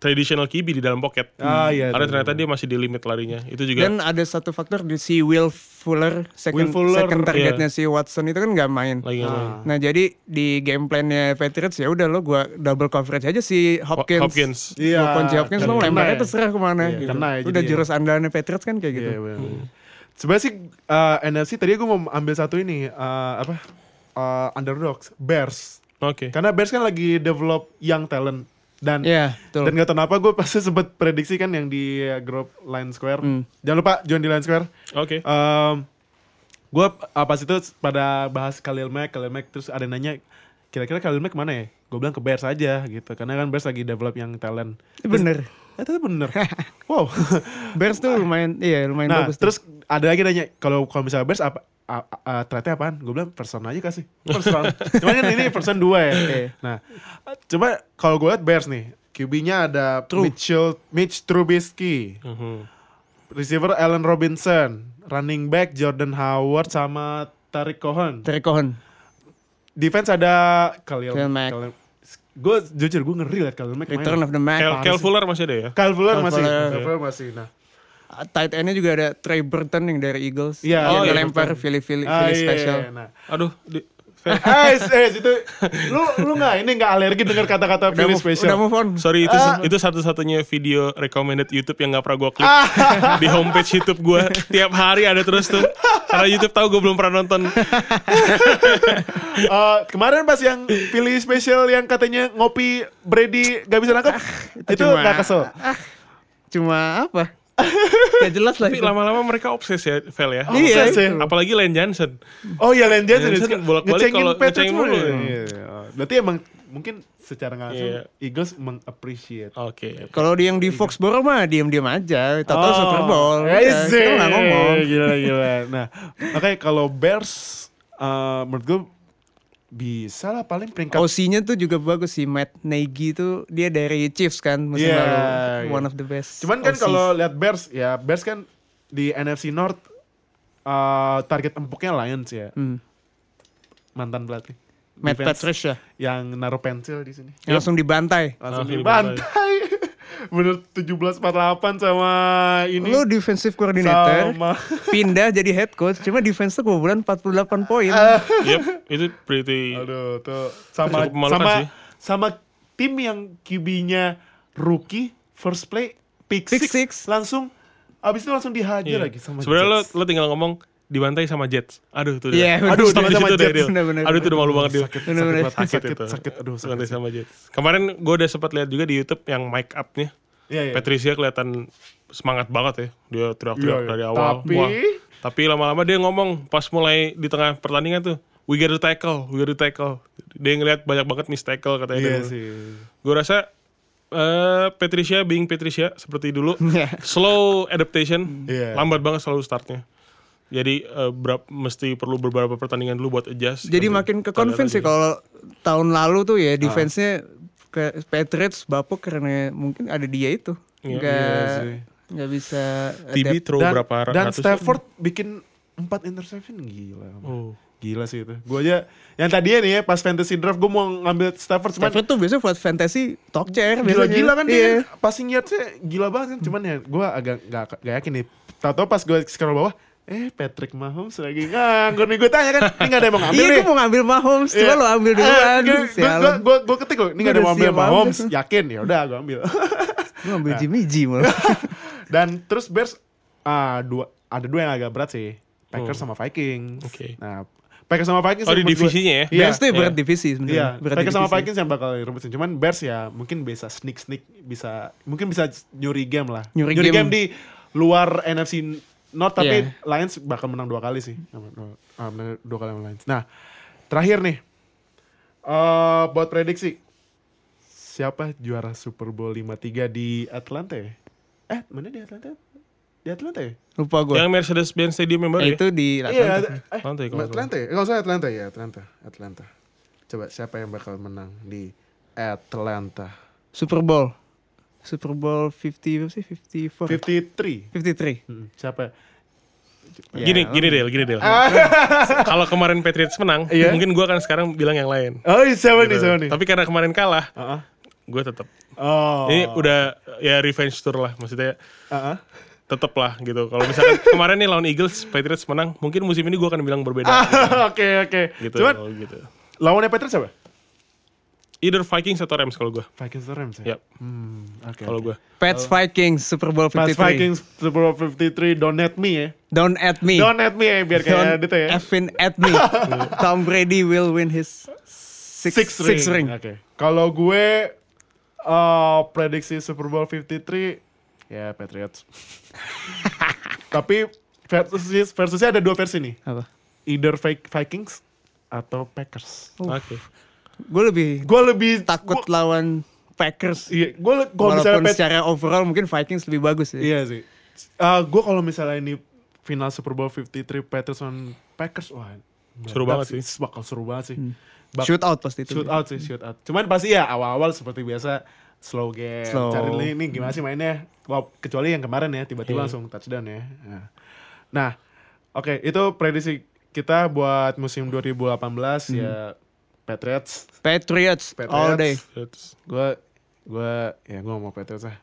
Speaker 3: traditional QB di dalam pocket.
Speaker 1: Ah, iya,
Speaker 3: Karena
Speaker 1: betul.
Speaker 3: ternyata dia masih di limit larinya. Itu juga
Speaker 2: Dan ada satu faktor di si Will Fuller, second,
Speaker 1: Will Fuller,
Speaker 2: second targetnya si Watson itu kan nggak main.
Speaker 3: lagi
Speaker 1: Ah,
Speaker 3: ngomongin.
Speaker 2: Nah jadi di game plan-nya Patriots ya udah lo gua double coverage aja si Hopkins.
Speaker 3: Hopkins.
Speaker 1: Iya.
Speaker 2: Mau kunci Hopkins lo
Speaker 1: Kena
Speaker 2: lemparnya
Speaker 1: ya.
Speaker 2: terserah kemana.
Speaker 1: Iya,
Speaker 2: gitu.
Speaker 1: kena ya
Speaker 2: udah
Speaker 1: jadinya.
Speaker 2: jurus andalannya Patriots kan kayak gitu.
Speaker 1: Iya, benar. Sebenarnya sih eh, NFC tadi gue mau ambil satu ini eh, apa Eh, underdogs Bears.
Speaker 3: Oke.
Speaker 1: Karena Bears kan lagi develop young talent dan
Speaker 2: Iya, betul.
Speaker 1: dan gak tau kenapa gue pasti sempet prediksi kan yang di eh, grup Line Square. Jangan lupa join di Line Square.
Speaker 3: Oke.
Speaker 1: gue pas itu pada bahas Khalil Mack, Khalil Mack terus ada yang nanya kira-kira Khalil Mack mana ya? Gue bilang ke Bears aja gitu karena kan Bears lagi develop yang talent.
Speaker 2: Bener.
Speaker 1: Eh, ternyata bener. wow.
Speaker 2: Bears tuh lumayan, iya lumayan
Speaker 1: nah,
Speaker 2: bagus. tuh.
Speaker 1: terus ada lagi nanya kalau kalau misalnya Bears apa a- a- a- threat-nya apaan? Gue bilang person aja kasih. Person. Cuman kan ini person dua ya. Nah, coba kalau gue liat Bears nih, QB-nya ada Mitchell, Mitch Trubisky,
Speaker 3: Mhm.
Speaker 1: receiver Allen Robinson, running back Jordan Howard sama Tariq Cohen.
Speaker 2: Terry Cohen.
Speaker 1: Defense ada Khalil,
Speaker 2: Khalil Mack.
Speaker 1: Gue jujur gue ngeri liat Khalil Mack main.
Speaker 2: Return of the
Speaker 1: Kan
Speaker 2: Mac.
Speaker 3: Kel, Kel Fuller masih ada ya?
Speaker 1: Kyle Fuller masih.
Speaker 2: Fuller.
Speaker 1: Kyle Fuller masih. Nah,
Speaker 2: Uh, tight endnya juga ada Trey Burton yang dari Eagles.
Speaker 1: Iya,
Speaker 2: Yang
Speaker 1: iya,
Speaker 2: Oh, dilempar
Speaker 1: Burton.
Speaker 2: Philly Philly,
Speaker 1: Ah,
Speaker 2: Philly
Speaker 1: iya,
Speaker 2: special.
Speaker 1: Nah,
Speaker 3: Aduh, di,
Speaker 1: Eh, eh, itu lu lu nggak ini nggak alergi dengar kata-kata
Speaker 2: Udah
Speaker 1: Philly
Speaker 2: move, udah
Speaker 1: Special.
Speaker 2: move on.
Speaker 3: Sorry itu itu satu-satunya video recommended YouTube yang gak pernah gue klik di homepage YouTube gue tiap hari ada terus tuh karena YouTube tahu gue belum pernah nonton
Speaker 1: Eh, kemarin pas yang Philly Special yang katanya ngopi Brady gak bisa nangkep, itu
Speaker 2: Ah, cuma-
Speaker 1: nggak kesel.
Speaker 2: Cuma apa? Gak jelas lah
Speaker 3: tapi
Speaker 2: itu.
Speaker 3: lama-lama mereka obses ya Vel
Speaker 1: Iya,
Speaker 3: ya
Speaker 2: Obses
Speaker 1: ya.
Speaker 3: Obses. apalagi Len Johnson
Speaker 1: Oh iya Len Johnson,
Speaker 3: Johnson
Speaker 1: Johnson
Speaker 3: bolak-balik kalau ngecengin mulu.
Speaker 1: Iya, iya. Berarti emang mungkin secara nggak langsung
Speaker 3: Iya.
Speaker 1: Eagles mengappreciate.
Speaker 3: oke
Speaker 2: Kalau di yang di Foxborough mah diam-diam aja, tahu-tahu Super
Speaker 1: Eh,
Speaker 2: Bowl. Udah, kita
Speaker 1: sih.
Speaker 2: nggak ngomong.
Speaker 1: Gila gila. Nah, makanya kalau Bears eh, menurut gue bisa lah paling peringkat
Speaker 2: OC-nya tuh juga bagus sih Matt Nagy tuh dia dari Chiefs kan musim
Speaker 1: Iya,
Speaker 2: lalu
Speaker 1: iya.
Speaker 2: one of the best.
Speaker 1: Cuman kan
Speaker 2: OCs.
Speaker 1: kalau lihat Bears ya Bears kan di NFC North eh, target empuknya Lions ya.
Speaker 2: Hmm.
Speaker 1: Mantan pelatih. Defense
Speaker 2: Matt
Speaker 1: Iya.
Speaker 2: Patricia
Speaker 1: yang naruh pensil di sini.
Speaker 2: yang langsung dibantai.
Speaker 1: Langsung
Speaker 3: Langsung
Speaker 1: dibantai. Bener 17-48 sama ini.
Speaker 2: Lu defensive coordinator
Speaker 1: sama
Speaker 2: pindah jadi head coach cuma defense tuh kebobolan 48 poin.
Speaker 1: Ah,
Speaker 3: yep itu pretty
Speaker 1: Aduh, tuh sama
Speaker 3: Cukup memalukan
Speaker 1: sama
Speaker 3: sih.
Speaker 1: sama tim yang QB-nya rookie first play pick,
Speaker 2: Pick
Speaker 1: six,
Speaker 2: six.
Speaker 1: langsung abis itu langsung dihajar
Speaker 3: Iya.
Speaker 1: lagi sama
Speaker 3: Sebenarnya lo,
Speaker 1: Jets.
Speaker 3: lo tinggal ngomong dibantai sama Jets. Aduh tuh.
Speaker 2: Iya,
Speaker 3: dia.
Speaker 2: bener.
Speaker 3: aduh stop
Speaker 2: Dibantai
Speaker 3: di
Speaker 2: sama
Speaker 3: situ deh.
Speaker 2: Jets,
Speaker 3: Dil.
Speaker 2: bener-bener.
Speaker 3: Aduh itu udah malu banget dia.
Speaker 2: Bener-bener.
Speaker 1: banget,
Speaker 3: Sakit,
Speaker 1: sakit,
Speaker 3: itu.
Speaker 1: sakit, aduh sakit.
Speaker 3: Dibantai sama Jets. Kemarin gue udah sempat lihat juga di YouTube yang mic up-nya.
Speaker 1: Iya, iya.
Speaker 3: Patricia kelihatan semangat banget ya. Dia
Speaker 1: Iya,
Speaker 3: teriak-teriak
Speaker 1: iya.
Speaker 3: dari awal.
Speaker 1: Tapi-
Speaker 3: Tapi lama-lama dia ngomong pas mulai di tengah pertandingan tuh, we got to tackle, we got to tackle. Dia ngeliat banyak banget miss tackle katanya.
Speaker 1: Iya
Speaker 3: dari dulu.
Speaker 1: sih.
Speaker 3: Gue rasa eh Patricia being Patricia seperti dulu
Speaker 2: Iya.
Speaker 3: slow adaptation,
Speaker 1: Iya.
Speaker 3: lambat banget selalu startnya. Jadi eh, berap- mesti perlu beberapa pertandingan dulu buat adjust.
Speaker 2: Jadi
Speaker 3: Nanti
Speaker 2: makin ke
Speaker 3: kita lihat
Speaker 2: convince sih
Speaker 3: aja.
Speaker 2: kalau tahun lalu tuh
Speaker 1: Ah.
Speaker 2: ya defense-nya ke Patriots bapuk karena mungkin ada dia itu.
Speaker 3: Iya,
Speaker 2: Enggak
Speaker 1: iya sih.
Speaker 2: nggak bisa
Speaker 3: TB
Speaker 2: adapt.
Speaker 3: throw
Speaker 1: Dan,
Speaker 3: berapa
Speaker 1: dan
Speaker 3: ratus-
Speaker 1: Stafford bikin 4 interception gila.
Speaker 3: Oh.
Speaker 1: Gila sih itu. Gue aja yang tadinya nih ya pas fantasy draft gue mau ngambil Stafford cuman
Speaker 2: Stafford tuh biasanya buat fantasy talk chair biasanya.
Speaker 1: gila-gila kan dia
Speaker 2: Iya.
Speaker 1: passing yardsnya gila banget kan cuman ya gue agak gak, gak yakin nih tau-tau pas gue scroll bawah eh Patrick Mahomes lagi nganggur nih gue tanya kan ini gak ada yang mau ngambil
Speaker 2: Iya,
Speaker 1: nih Iya. Eh,
Speaker 2: gue mau ngambil Mahomes, coba lo ambil
Speaker 1: Ah,
Speaker 2: duluan.
Speaker 1: gue
Speaker 2: Sialan.
Speaker 1: gue gue ketik loh ini gak ada yang mau
Speaker 2: Udah
Speaker 1: ambil
Speaker 2: siap
Speaker 1: Mahomes
Speaker 2: ambil.
Speaker 1: yakin ya udah gue ambil
Speaker 2: Gue ambil
Speaker 1: Iya.
Speaker 2: Jimmy G malah.
Speaker 1: dan terus Bears ah dua ada dua yang agak berat sih Packers sama Vikings
Speaker 3: Hmm. Oke.
Speaker 1: nah Packers sama Vikings
Speaker 3: Oh,
Speaker 1: menurut
Speaker 3: di
Speaker 1: gua-
Speaker 3: divisinya ya?
Speaker 1: Iya.
Speaker 2: Bears tuh
Speaker 3: iya.
Speaker 2: berat divisi sebenarnya.
Speaker 1: Iya,
Speaker 2: berat
Speaker 1: mereka sama
Speaker 2: divisi.
Speaker 1: Vikings yang bakal direbutin. Cuman Bears ya mungkin bisa sneak sneak bisa mungkin bisa nyuri game lah.
Speaker 2: Nyuri
Speaker 1: game.
Speaker 2: game.
Speaker 1: di luar NFC North tapi
Speaker 2: Iya.
Speaker 1: Lions bakal menang dua kali sih. Sama- dua- ah, menang dua kali sama Lions. Nah, terakhir nih. eh buat prediksi siapa juara Super Bowl 53 di Atlanta? ya? Eh, mana di Atlanta? Di Atlanta ya?
Speaker 2: Lupa gue.
Speaker 3: Yang Mercedes-Benz Stadium yang baru ya?
Speaker 2: itu di
Speaker 1: Iya,
Speaker 2: Atlanta.
Speaker 1: ada- eh,
Speaker 3: Atlanta ya, kalau nggak
Speaker 1: Atlanta. ya? Kalau saya Atlanta ya, Atlanta, Atlanta. Coba siapa yang bakal menang di Atlanta?
Speaker 2: Super Bowl. Super Bowl 50 apa sih? 54.
Speaker 1: 53.
Speaker 2: 53.
Speaker 1: Hmm, Siapa?
Speaker 3: Gini,
Speaker 1: Ya,
Speaker 3: gini Del, gini Del. Kalau kemarin Patriots menang,
Speaker 1: Iya.
Speaker 3: mungkin gue akan sekarang bilang yang lain.
Speaker 1: Oh, siapa nih,
Speaker 3: Gitu.
Speaker 1: siapa nih? Uh-uh.
Speaker 3: Tapi karena kemarin kalah,
Speaker 1: Heeh.
Speaker 3: gue tetap.
Speaker 1: Oh. Uh-uh.
Speaker 3: Ini udah ya revenge tour lah, maksudnya
Speaker 1: Heeh.
Speaker 3: tetep lah gitu. Kalau misalkan kemarin nih lawan Eagles, Patriots menang, mungkin musim ini gue akan bilang berbeda.
Speaker 1: Oke, oke.
Speaker 3: gitu.
Speaker 1: Ah. Cuman
Speaker 3: kalau gitu.
Speaker 1: lawannya Patriots siapa?
Speaker 3: Either Vikings atau Rams kalau gue.
Speaker 1: Vikings atau Rams ya?
Speaker 3: Yap,
Speaker 1: Hmm, oke.
Speaker 3: kalau gue.
Speaker 2: Pats Vikings Super Bowl
Speaker 1: Pas
Speaker 2: 53.
Speaker 1: Oh. Vikings Super Bowl 53 don't at me ya.
Speaker 2: Don't at me.
Speaker 1: Don't at me ya biar kayak gitu ya.
Speaker 2: Effin at me. Tom Brady will win his six,
Speaker 1: Six ring.
Speaker 2: six ring.
Speaker 1: Oke. Kalau gue eh, prediksi Super Bowl 53 ya Patriots. Tapi versus versusnya ada dua versi nih.
Speaker 2: Apa?
Speaker 1: Either Vi- Vikings atau Packers.
Speaker 3: Oke.
Speaker 2: Gue lebih
Speaker 1: Gue lebih
Speaker 2: takut
Speaker 1: gua-
Speaker 2: lawan Packers.
Speaker 1: Iya, gue kalau misalnya
Speaker 2: Walaupun
Speaker 1: Pat-
Speaker 2: secara overall mungkin Vikings lebih bagus ya.
Speaker 1: Iya sih. Eh gue kalau misalnya ini final Super Bowl 53 Patriots on Packers, wah
Speaker 3: Seru
Speaker 1: meledak
Speaker 3: banget
Speaker 1: Bakal seru banget sih.
Speaker 2: Hmm.
Speaker 1: Bak-
Speaker 2: Shoot out pasti itu.
Speaker 1: shoot out sih, shoot out. Cuman pasti ya awal-awal seperti biasa slow game.
Speaker 2: Slow.
Speaker 1: Cari ini, ini gimana sih mainnya? Wah, kecuali yang kemarin ya tiba-tiba langsung touchdown ya. Nah, Nah, oke itu prediksi kita buat musim 2018 ya Patriots.
Speaker 2: Patriots, all
Speaker 1: Patriots.
Speaker 2: day.
Speaker 3: Terus-
Speaker 1: gue gue ya gue mau Patriots lah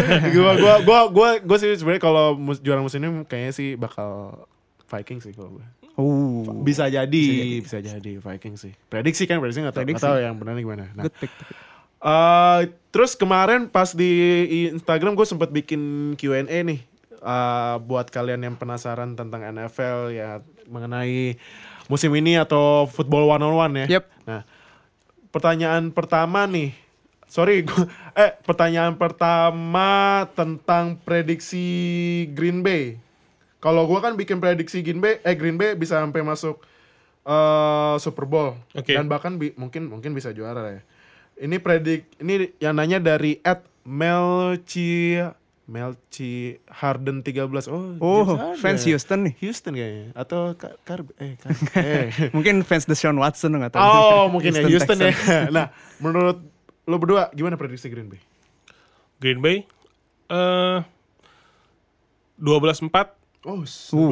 Speaker 1: gue gue gue gue gue sih sebenarnya kalau mus- juara musim ini kayaknya sih bakal Viking sih kalau gue
Speaker 2: Uh, Waduh.
Speaker 1: Bisa jadi, bisa jadi Viking sih. Prediksi kan, prediksi nggak tahu, nggak
Speaker 2: Prediksi.
Speaker 1: tahu yang benarnya gimana. Nah,
Speaker 2: Good pick.
Speaker 1: eh, terus kemarin pas di Instagram gue sempat bikin Q&A nih Eh, buat kalian yang penasaran tentang NFL ya mengenai musim ini atau football one on one ya.
Speaker 2: Yep.
Speaker 1: Nah, pertanyaan pertama nih. Sorry, gua- eh pertanyaan pertama tentang prediksi Green Bay. Kalau gua kan bikin prediksi Green Bay, eh Green Bay bisa sampai masuk eh, Super Bowl
Speaker 3: Oke.
Speaker 1: dan bahkan bi- mungkin mungkin bisa juara lah ya. Ini predik ini yang nanya dari at Melchi Melchi Harden 13. Oh, James
Speaker 2: Oh,
Speaker 1: Harden.
Speaker 2: fans Houston nih.
Speaker 1: Houston kayaknya atau Kar, Kar eh Kar eh
Speaker 2: Mungkin fans Deshaun Watson nggak tahu.
Speaker 1: Oh mungkin ya Houston ya.
Speaker 2: Texans.
Speaker 1: Nah menurut lo berdua gimana prediksi Green Bay?
Speaker 3: Green Bay eh 12-4,
Speaker 1: Oh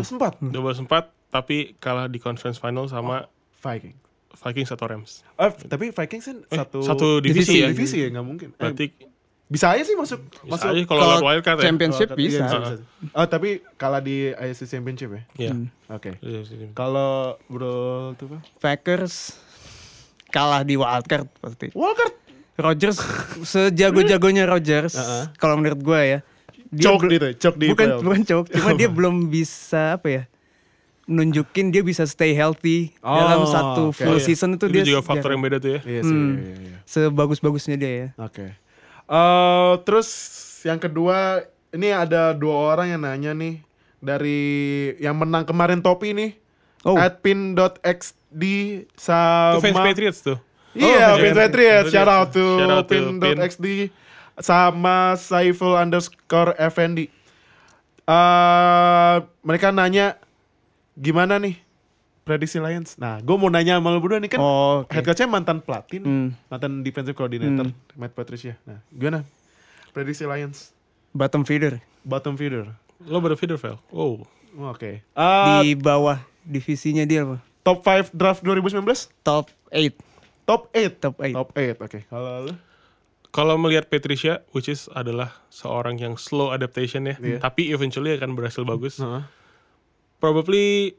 Speaker 1: sempat
Speaker 3: 12-4 tapi kalah di conference final sama
Speaker 1: Viking.
Speaker 3: Vikings atau Rams.
Speaker 1: Eh, tapi Vikings kan
Speaker 3: Eh,
Speaker 1: satu,
Speaker 3: satu divisi ya?
Speaker 1: divisi ya nggak mungkin. Eh,
Speaker 3: Berarti
Speaker 1: bisa aja sih masuk
Speaker 3: bisa
Speaker 1: masuk
Speaker 3: aja kalau
Speaker 2: kalau
Speaker 3: lewat wildcard ya.
Speaker 2: Championship bisa.
Speaker 1: Iya, Oh tapi kalah di AFC Championship ya.
Speaker 3: Iya.
Speaker 1: Oke.
Speaker 3: Iya, iya, iya.
Speaker 1: Kalau bro tuh apa?
Speaker 2: Packers kalah di wildcard pasti.
Speaker 1: Walker
Speaker 2: Rogers sejago-jagonya Rogers
Speaker 1: Uh-uh.
Speaker 2: kalau menurut gue ya dia
Speaker 1: cok
Speaker 2: bel-
Speaker 1: gitu, cok di
Speaker 2: bukan
Speaker 1: playoff.
Speaker 2: bukan cok cuma dia belum bisa apa ya nunjukin dia bisa stay healthy
Speaker 1: Oh,
Speaker 2: dalam satu
Speaker 1: oke.
Speaker 2: full
Speaker 1: Iya.
Speaker 2: season itu,
Speaker 3: Itu
Speaker 2: dia
Speaker 3: juga faktor yang beda tuh ya.
Speaker 1: Iya sih.
Speaker 2: Hmm.
Speaker 1: iya, iya, iya.
Speaker 2: sebagus-bagusnya dia ya
Speaker 1: Oke. Eh, terus yang kedua ini ada dua orang yang nanya nih dari yang menang kemarin topi nih.
Speaker 2: Oh.
Speaker 1: Atpin.xd
Speaker 3: Itu fans
Speaker 1: sama
Speaker 3: Patriots tuh.
Speaker 1: Iya,
Speaker 3: Oh,
Speaker 1: Pin
Speaker 3: fans
Speaker 1: Patriot.
Speaker 3: Patriots.
Speaker 1: Shout out to
Speaker 3: Shout out to
Speaker 1: Pin.xd sama Saiful underscore FND. Eh, mereka nanya gimana nih prediksi Lions. Nah, gue mau nanya sama lu berdua nih kan
Speaker 2: oh oke.
Speaker 1: head coachnya mantan pelatih nih.
Speaker 2: Hmm,
Speaker 1: mantan defensive coordinator Matt Patricia. Nah, gimana? Prediksi Lions
Speaker 2: bottom feeder
Speaker 1: bottom feeder.
Speaker 3: Lo berpikir Vel? Wow.
Speaker 1: Oh, Oke. Eh
Speaker 2: di bawah divisinya dia apa
Speaker 1: top 5 draft 2019?
Speaker 2: top 8
Speaker 1: Top 8.
Speaker 2: top 8
Speaker 1: Top 8. Oke. Kalau lu?
Speaker 3: Kalau melihat Patricia, which is adalah seorang yang slow adaptation ya,
Speaker 1: Iya. Hmm.
Speaker 3: tapi eventually akan berhasil bagus.
Speaker 1: Heeh.
Speaker 3: Probably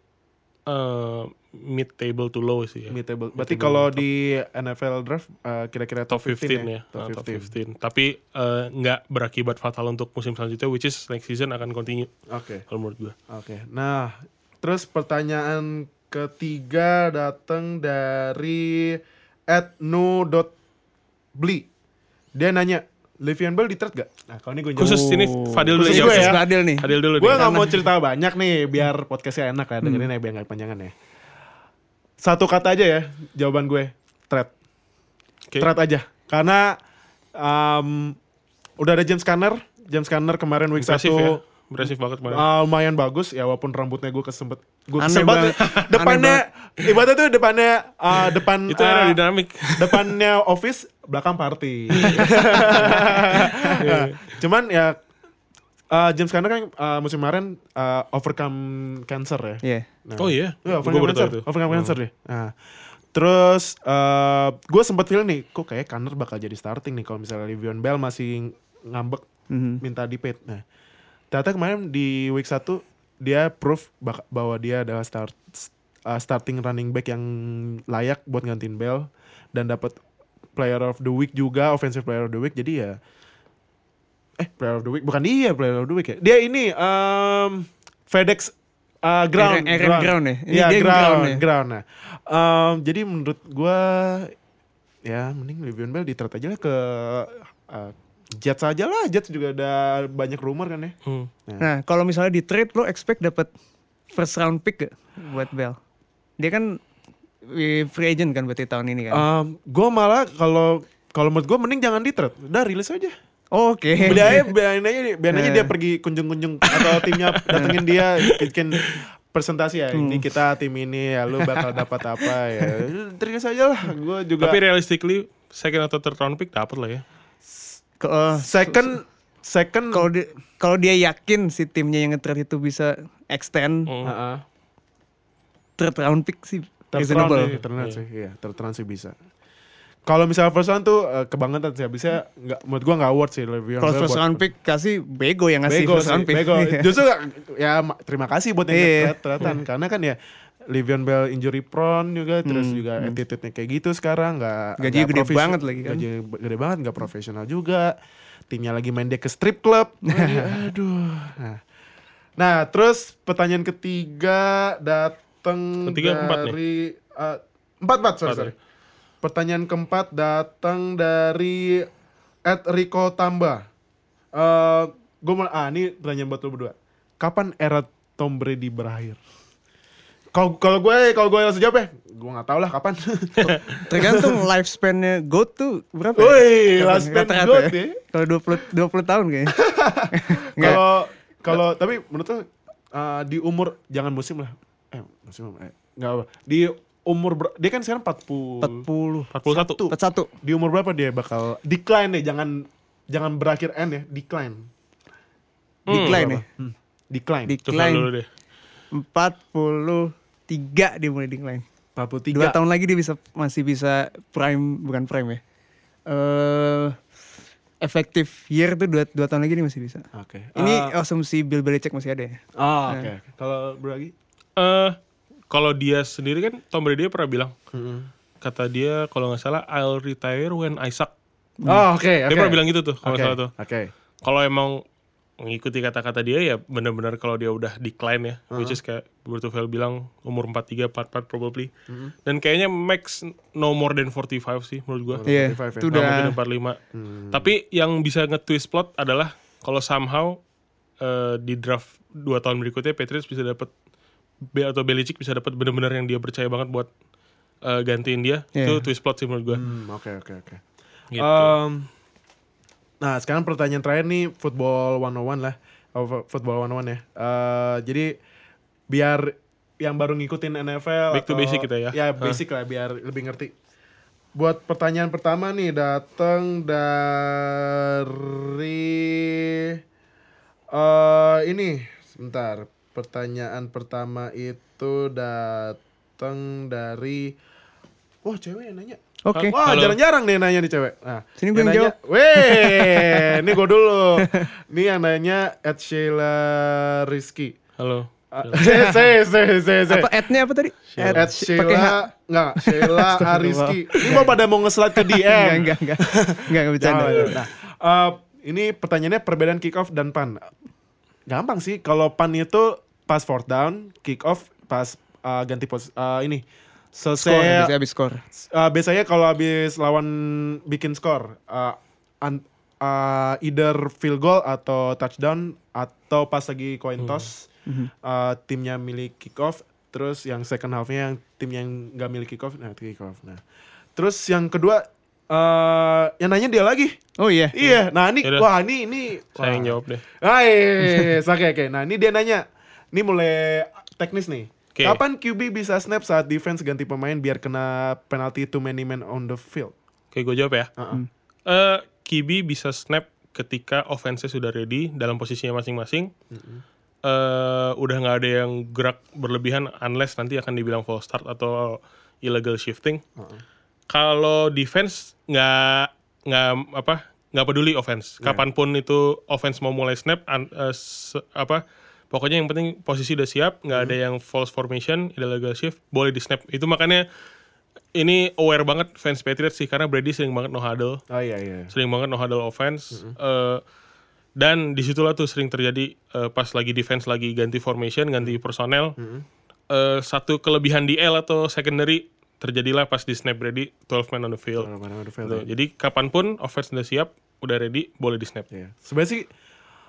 Speaker 3: eh, mid table to low sih ya.
Speaker 1: Mid table. Berarti kalau di NFL draft eh, kira-kira
Speaker 3: top 15 ya,
Speaker 1: Top
Speaker 3: Ah,
Speaker 1: 15.
Speaker 3: top 15. Tapi eh, nggak berakibat fatal untuk musim selanjutnya, which is next season akan continue
Speaker 1: Oke.
Speaker 3: kalau menurut gue.
Speaker 1: Oke. Nah, terus pertanyaan ketiga datang dari @no.bli. Dia nanya, Le'Veon Bell di trade gak? Nah, kalau ini gue
Speaker 3: Khusus ini Fadil dulu
Speaker 1: Khusus
Speaker 3: ya.
Speaker 1: gue ya.
Speaker 2: Fadil nih
Speaker 3: Fadil dulu
Speaker 1: Gue
Speaker 3: deh.
Speaker 1: gak mau cerita banyak nih biar podcastnya enak ya
Speaker 3: Hmm.
Speaker 1: dengerin ya biar gak panjangan ya. Satu kata aja ya jawaban gue threat,
Speaker 3: Oke.
Speaker 1: threat aja. Karena em, udah ada James Conner, James Conner kemarin week
Speaker 3: Impresif ya.
Speaker 1: satu
Speaker 3: Impresif banget kemarin.
Speaker 1: eh, lumayan bagus ya walaupun rambutnya gue kesempet gue
Speaker 2: Aneh
Speaker 1: kesempet
Speaker 2: banget.
Speaker 1: depannya ibaratnya tuh depannya eh, depan
Speaker 3: Itu
Speaker 1: eh,
Speaker 3: aerodinamik.
Speaker 1: depannya office belakang party Nah, cuman ya uh, James Conner kan uh, musim kemarin uh, overcome cancer ya
Speaker 2: Iya.
Speaker 1: Nah.
Speaker 3: Oh iya.
Speaker 1: Iya,
Speaker 3: Gua
Speaker 1: overcome
Speaker 3: baru tahu Oh.
Speaker 1: cancer
Speaker 3: itu.
Speaker 1: overcome cancer deh nah. terus uh, gue sempat feel nih kok kayak Conner bakal jadi starting nih kalau misalnya Le'Veon Bell masih ngambek
Speaker 2: Mhm.
Speaker 1: minta di paid nah ternyata kemarin di week 1 dia proof bak- bahwa dia adalah start uh, starting running back yang layak buat gantiin Bell dan dapat player of the week juga offensive player of the week jadi ya eh player of the week bukan dia player of the week ya dia ini um, FedEx uh, ground
Speaker 2: Aaron- Aaron Ground ya?
Speaker 1: Iya,
Speaker 2: Ini dia yang
Speaker 1: ground ground,
Speaker 2: ground ya?
Speaker 1: nah. Um, jadi menurut gua ya mending Le'Veon Bell diterat aja lah ke uh, Jets aja lah Jets juga ada banyak rumor kan ya
Speaker 3: Hmm.
Speaker 2: Nah, kalau misalnya di trade lo expect dapat first round pick gak buat Bell? Dia kan eh, free agent kan berarti tahun ini kan.
Speaker 1: um, gue malah kalau kalau menurut gue mending jangan diterat udah rilis aja
Speaker 2: Oh, Oke.
Speaker 1: Beli aja, biarin aja, biarin aja
Speaker 2: Eh.
Speaker 1: dia pergi kunjung-kunjung atau timnya datengin dia bikin presentasi ya ini kita tim ini ya lu bakal dapat apa ya terus aja lah gue juga
Speaker 3: Tapi realistically second atau third round pick dapat lah ya.
Speaker 2: Kalau
Speaker 1: second second
Speaker 2: kalau dia kalau dia yakin si timnya yang nge-trade itu bisa extend
Speaker 3: Hmm.
Speaker 1: Heeh.
Speaker 2: third round pick sih
Speaker 1: Third round
Speaker 2: reasonable.
Speaker 1: sih, third round sih, iya, third round sih bisa. Kalau misalnya first round tuh eh, kebangetan sih, habisnya nggak, menurut gua nggak worth sih lebih.
Speaker 2: Kalau first round pick kasih bego yang ngasih
Speaker 1: bego
Speaker 2: first
Speaker 1: sih,
Speaker 2: round pick.
Speaker 1: bego. Justru nggak- ya ma- terima kasih buat yang
Speaker 2: Iya. Hmm,
Speaker 1: teratan karena kan ya Livion Bell injury prone juga, terus juga attitude-nya kayak gitu sekarang, nggak
Speaker 2: Gajinya
Speaker 1: nggak
Speaker 2: gede
Speaker 1: profesio-
Speaker 2: banget lagi kan.
Speaker 1: Gajinya b- gede banget, nggak profesional juga. Timnya lagi main dia ke strip club. Lagi, aduh. Nah. Nah, terus pertanyaan ketiga datang
Speaker 3: Ketiga,
Speaker 1: dari
Speaker 3: keempat nih?
Speaker 1: eh, empat empat sorry,
Speaker 3: Empat,
Speaker 1: sorry. Pertanyaan keempat datang dari Ed Rico Tamba. Eh gue mau ah ini pertanyaan buat lo berdua. Kapan era Tom Brady berakhir? Kalau kalau gue kalau gue langsung jawab ya, gue nggak tahu lah kapan.
Speaker 2: Tergantung lifespan-nya GOAT tuh berapa ya?
Speaker 1: Woi,
Speaker 2: Kapan?
Speaker 1: lifespan
Speaker 2: Rata-rata
Speaker 1: GOAT
Speaker 2: ya?
Speaker 1: ya.
Speaker 2: Kalau 20 20 tahun kayaknya. Enggak.
Speaker 1: Kalau kalau tapi menurut lo eh, di umur jangan musim lah. Eh musim eh, nggak apa. Di umur ber- dia kan sekarang 40
Speaker 2: 40.
Speaker 3: 41.
Speaker 2: 41.
Speaker 1: Di umur berapa dia bakal decline deh, jangan jangan berakhir N ya, decline.
Speaker 2: Decline ya.
Speaker 1: Berapa? Hmm, Decline.
Speaker 3: Coba
Speaker 2: Decline.
Speaker 3: dulu deh.
Speaker 2: 43 dia mulai decline.
Speaker 1: 43.
Speaker 2: Dua tahun lagi dia bisa masih bisa prime bukan prime ya. Eh efektif year tuh dua, dua tahun lagi dia masih bisa.
Speaker 1: Oke.
Speaker 2: Ini
Speaker 1: Eh,
Speaker 2: asumsi Bill Belichick masih ada ya.
Speaker 1: ah, oke. oke. Kalau beragi?
Speaker 3: Eh, kalau dia sendiri kan Tom Brady pernah bilang
Speaker 1: Hmm.
Speaker 3: kata dia kalau nggak salah I'll retire when I suck.
Speaker 2: Ah,
Speaker 1: Oh, oke, oke.
Speaker 3: Dia pernah bilang gitu tuh kalau nggak
Speaker 1: Oke,
Speaker 3: salah tuh.
Speaker 1: Oke.
Speaker 3: Kalau emang mengikuti kata-kata dia ya benar-benar kalau dia udah decline ya,
Speaker 1: Uh-huh.
Speaker 3: which is kayak Bertufel bilang umur 43 44 probably.
Speaker 1: Hmm.
Speaker 3: Dan kayaknya max no more than 45 sih menurut gua.
Speaker 1: Iya.
Speaker 2: Iya,
Speaker 1: 45 ya.
Speaker 2: itu
Speaker 3: Nggak mungkin
Speaker 2: udah
Speaker 3: 45. Tapi yang bisa nge-twist plot adalah kalau somehow eh, di draft dua tahun berikutnya Patriots bisa dapat B atau Belichick bisa dapat benar-benar yang dia percaya banget buat eh, gantiin dia.
Speaker 2: Iya.
Speaker 3: Itu twist plot sih menurut gua.
Speaker 1: Hmm, oke, oke, oke.
Speaker 3: Gitu.
Speaker 1: Em, nah, sekarang pertanyaan terakhir nih football 101 lah. Oh, fu- football 101 ya. Eh, jadi biar yang baru ngikutin NFL
Speaker 3: Back to basic kita ya.
Speaker 1: Ya, basic lah biar lebih ngerti. Buat pertanyaan pertama nih datang dari eh ini sebentar. Pertanyaan pertama itu datang dari Wah, cewek yang nanya.
Speaker 2: Oke.
Speaker 1: Wah,
Speaker 3: Halo.
Speaker 1: jarang-jarang nih nanya nih cewek. Nah,
Speaker 2: Sini gue yang
Speaker 1: nanya- Weh, ini gue dulu. Ini yang nanya at Sheila Rizky. Ah,
Speaker 3: Halo.
Speaker 1: Se, se, se, se, se.
Speaker 2: Apa ad-nya apa tadi?
Speaker 1: At
Speaker 2: Ad- pakai H.
Speaker 1: Sheila, enggak, Sheila
Speaker 2: Astagfirullah.
Speaker 1: Ariski. Ini mau pada mau nge-slide ke
Speaker 2: Enggak,
Speaker 1: DM.
Speaker 2: Iya, enggak, enggak. Enggak, enggak bercanda.
Speaker 1: Jangan, jangan. Nah, eh, ini pertanyaannya perbedaan kick off dan pan. Gampang sih, kalau pan itu pas fourth down, kick off pas eh, ganti pos eh, ini.
Speaker 2: Skor, gitu.
Speaker 1: Selesai
Speaker 2: biasanya habis skor.
Speaker 1: Uh, biasanya kalau habis lawan bikin skor uh, an- uh, either field goal atau touchdown atau pas lagi coin
Speaker 3: Hmm.
Speaker 1: toss uh, timnya milik kick off terus yang second halfnya yang tim yang nggak milik kick off nah itu kick off nah terus yang kedua eh yang nanya dia lagi
Speaker 2: Oh iya.
Speaker 1: iya nah ini
Speaker 3: Hmm. Yaudah.
Speaker 1: wah ini ini
Speaker 3: Saya yang
Speaker 1: wah.
Speaker 3: jawab deh.
Speaker 1: Ah, iya, iya, iya. oke oke. Nah, ini dia nanya. Ini mulai teknis nih.
Speaker 3: Oke.
Speaker 1: Kapan QB bisa snap saat defense ganti pemain biar kena penalti too many men on the field?
Speaker 3: Oke, gue jawab ya.
Speaker 1: Heeh.
Speaker 3: Eh, Kibi bisa snap ketika offense sudah ready dalam posisinya masing-masing. Eh, udah nggak ada yang gerak berlebihan unless nanti akan dibilang false start atau illegal shifting. Kalau defense nggak nggak apa nggak peduli offense. Kapanpun itu offense mau mulai snap an- eh, se- apa pokoknya yang penting posisi udah siap, nggak ada yang false formation, illegal shift, boleh di snap. Itu makanya ini aware banget fans Patriots sih karena Brady sering banget no huddle
Speaker 1: Oh iya iya.
Speaker 3: sering banget no huddle offense Eh, dan disitulah tuh sering terjadi eh, pas lagi defense lagi ganti formation ganti personnel Eh, satu kelebihan di L atau secondary terjadilah pas di snap ready 12 man on the field
Speaker 1: Penalti on the field, iya.
Speaker 3: Tuh, jadi kapanpun offense udah siap udah ready boleh di snap
Speaker 1: iya. Sebenarnya sih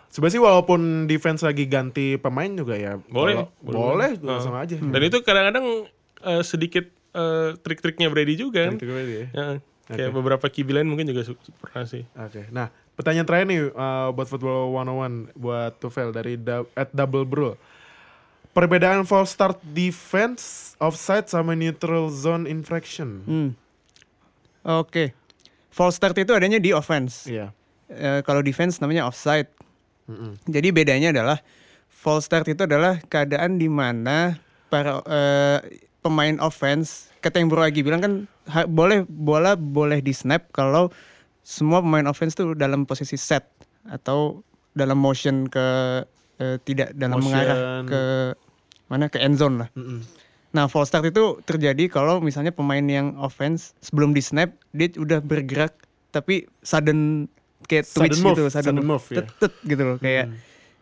Speaker 1: Sebenarnya sih walaupun defense lagi ganti pemain juga ya
Speaker 3: Boleh,
Speaker 1: kalau-
Speaker 3: boleh. Hmm.
Speaker 1: Boleh, langsung aja
Speaker 3: dan itu kadang-kadang eh, sedikit eh, trik-triknya Brady juga kan
Speaker 1: Gitu gue dia.
Speaker 3: Ya, kayak beberapa QB lain mungkin juga su- pernah sih
Speaker 1: Oke, nah pertanyaan terakhir nih uh, buat Football 101 buat Tufel dari da- at Double Bro. Perbedaan false start defense, offside sama neutral zone infraction.
Speaker 2: Hmm. Oke. False start itu adanya di offense.
Speaker 1: Iya.
Speaker 2: Eh, kalau defense namanya offside. Jadi bedanya adalah false start itu adalah keadaan di mana para eh, pemain offense, kata yang Bro Agi bilang kan ha- boleh bola boleh di snap kalau semua pemain offense tuh dalam posisi set atau dalam motion ke eh, tidak dalam
Speaker 1: Motion.
Speaker 2: mengarah ke mana ke end zone lah. Nah, false start itu terjadi kalau misalnya pemain yang offense sebelum di snap dia udah bergerak tapi sudden kayak
Speaker 1: Sudden
Speaker 2: twitch
Speaker 1: move,
Speaker 2: gitu,
Speaker 1: sudden move, ya.
Speaker 2: tet, tet gitu loh kayak.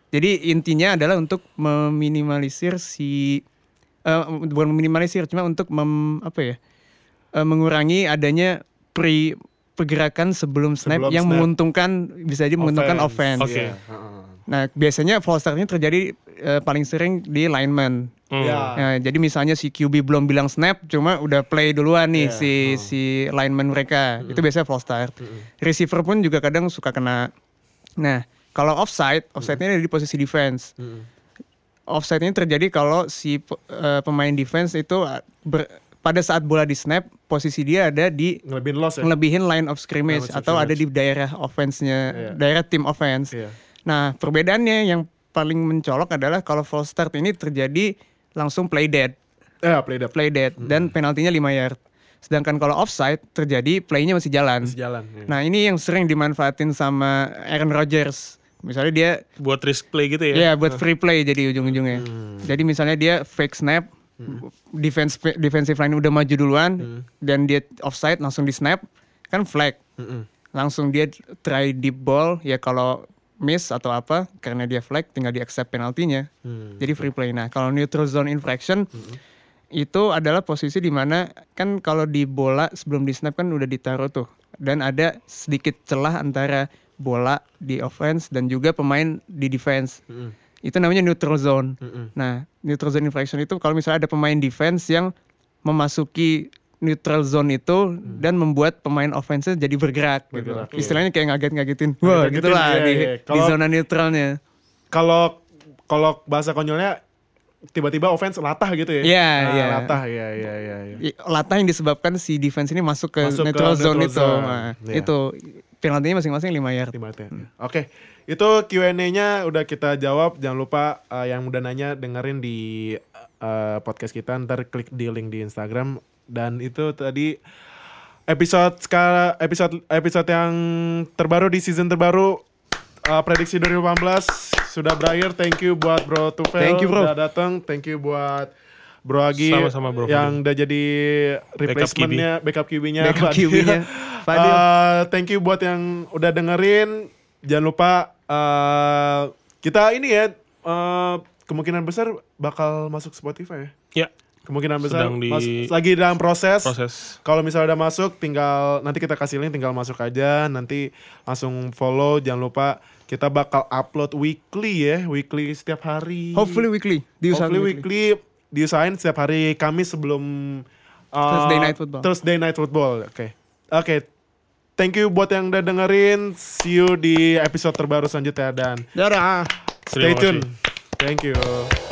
Speaker 2: Jadi intinya adalah untuk meminimalisir si eh, bukan meminimalisir cuma untuk mem, apa ya? eh, mengurangi adanya pre pergerakan sebelum snap
Speaker 1: Sebelum
Speaker 2: yang
Speaker 1: snap.
Speaker 2: menguntungkan bisa aja menguntungkan offense.
Speaker 3: Oke.
Speaker 1: Iya, heeh.
Speaker 2: Nah, biasanya false start ini terjadi eh, paling sering di lineman.
Speaker 3: Hmm.
Speaker 1: Ya.
Speaker 2: Nah, jadi misalnya si QB belum bilang snap, cuma udah play duluan
Speaker 1: Iya,
Speaker 2: nih si si lineman mereka. Itu biasanya false start. Receiver pun juga kadang suka kena. Nah, kalau offside, offside-nya ada di posisi defense.
Speaker 1: Mm-mm.
Speaker 2: Offside ini terjadi kalau si pe- eh, pemain defense itu eh, ber- pada saat bola di snap, posisi dia ada di
Speaker 1: Ngelebihin loss ya.
Speaker 2: ngelebihin line of scrimmage
Speaker 1: Line of
Speaker 2: atau ada
Speaker 1: scrimmage.
Speaker 2: di daerah offense-nya,
Speaker 1: Iya.
Speaker 2: daerah tim offense.
Speaker 1: Iya.
Speaker 2: Nah, perbedaannya yang paling mencolok adalah kalau false start ini terjadi langsung play dead,
Speaker 1: Eh, play the play
Speaker 2: play dead dan penaltinya 5 yard. Sedangkan kalau offside terjadi playnya masih jalan.
Speaker 1: jalan. ya.
Speaker 2: Nah, ini yang sering dimanfaatin sama Aaron Rodgers. Misalnya dia
Speaker 3: Buat risk play gitu
Speaker 2: ya
Speaker 3: ya.
Speaker 2: buat free play jadi ujung-ujungnya. Jadi misalnya dia fake snap defense defensive line udah maju duluan dan dia offside langsung di snap kan flag
Speaker 1: Mm-mm.
Speaker 2: langsung dia try deep ball ya kalau miss atau apa karena dia flag tinggal di accept penaltinya
Speaker 1: Hmm.
Speaker 2: jadi free play nah kalau neutral zone infraction itu adalah posisi di mana kan kalau di bola sebelum di snap kan udah ditaruh tuh dan ada sedikit celah antara bola di offense dan juga pemain di defense
Speaker 1: Mm-mm.
Speaker 2: itu namanya neutral zone
Speaker 1: Mm-mm.
Speaker 2: Nah, neutral zone infraction itu kalau misalnya ada pemain defense yang memasuki neutral zone itu dan membuat pemain offense jadi bergerak, gitu.
Speaker 1: Mm. Bergerak, iya.
Speaker 2: Istilahnya kayak ngaget-ngagetin. Wah,
Speaker 1: Ngaget-ngagetin,
Speaker 2: gitulah
Speaker 1: iya,
Speaker 2: di,
Speaker 1: iya.
Speaker 2: di
Speaker 1: Kalau-
Speaker 2: zona neutralnya.
Speaker 1: Kalau kalau bahasa konyolnya tiba-tiba offense latah gitu ya.
Speaker 2: Iya,
Speaker 1: Nah,
Speaker 2: iya.
Speaker 1: Latah, iya, iya, iya, iya.
Speaker 2: I- Latah yang disebabkan si defense ini masuk ke
Speaker 1: Masuk ke
Speaker 2: neutral zone
Speaker 1: neutral
Speaker 2: itu.
Speaker 1: zone.
Speaker 2: Nah,
Speaker 1: Iya.
Speaker 2: Itu penaltinya masing-masing 5 yard.
Speaker 1: Di mata. ya. Oke, itu Q&A-nya udah kita jawab. Jangan lupa eh, yang udah nanya dengerin di eh, podcast kita. Ntar klik di link di Instagram. Dan itu tadi episode sekarang episode episode yang terbaru di season terbaru eh, prediksi 2018 sudah berakhir. Thank you buat Bro Tufel
Speaker 2: Thank you, Bro.
Speaker 1: udah datang. Thank you buat Bro Agi
Speaker 3: Sama-sama, Bro
Speaker 1: yang udah jadi replacement-nya, backup QB-nya.
Speaker 2: Backup QB-nya. Fadil.
Speaker 1: Iya, Eh, thank you buat yang udah dengerin. Jangan lupa eh, kita ini ya eh, kemungkinan besar bakal masuk Spotify ya.
Speaker 3: Ya,
Speaker 1: Kemungkinan besar
Speaker 3: Sedang di-
Speaker 1: mas- lagi dalam proses.
Speaker 3: proses.
Speaker 1: Kalau misalnya udah masuk tinggal nanti kita kasih link tinggal masuk aja nanti langsung follow jangan lupa kita bakal upload weekly ya, weekly setiap hari.
Speaker 2: Hopefully weekly. Diusahakan
Speaker 1: Hopefully
Speaker 2: weekly.
Speaker 1: weekly diusahain setiap hari Kamis sebelum uh,
Speaker 2: Thursday Night Football.
Speaker 1: Thursday Night Football. Oke. Oke. Thank you buat yang udah dengerin. See you di episode terbaru selanjutnya dan
Speaker 2: Dadah.
Speaker 1: stay
Speaker 3: Terima kasih.
Speaker 1: tune. Thank you.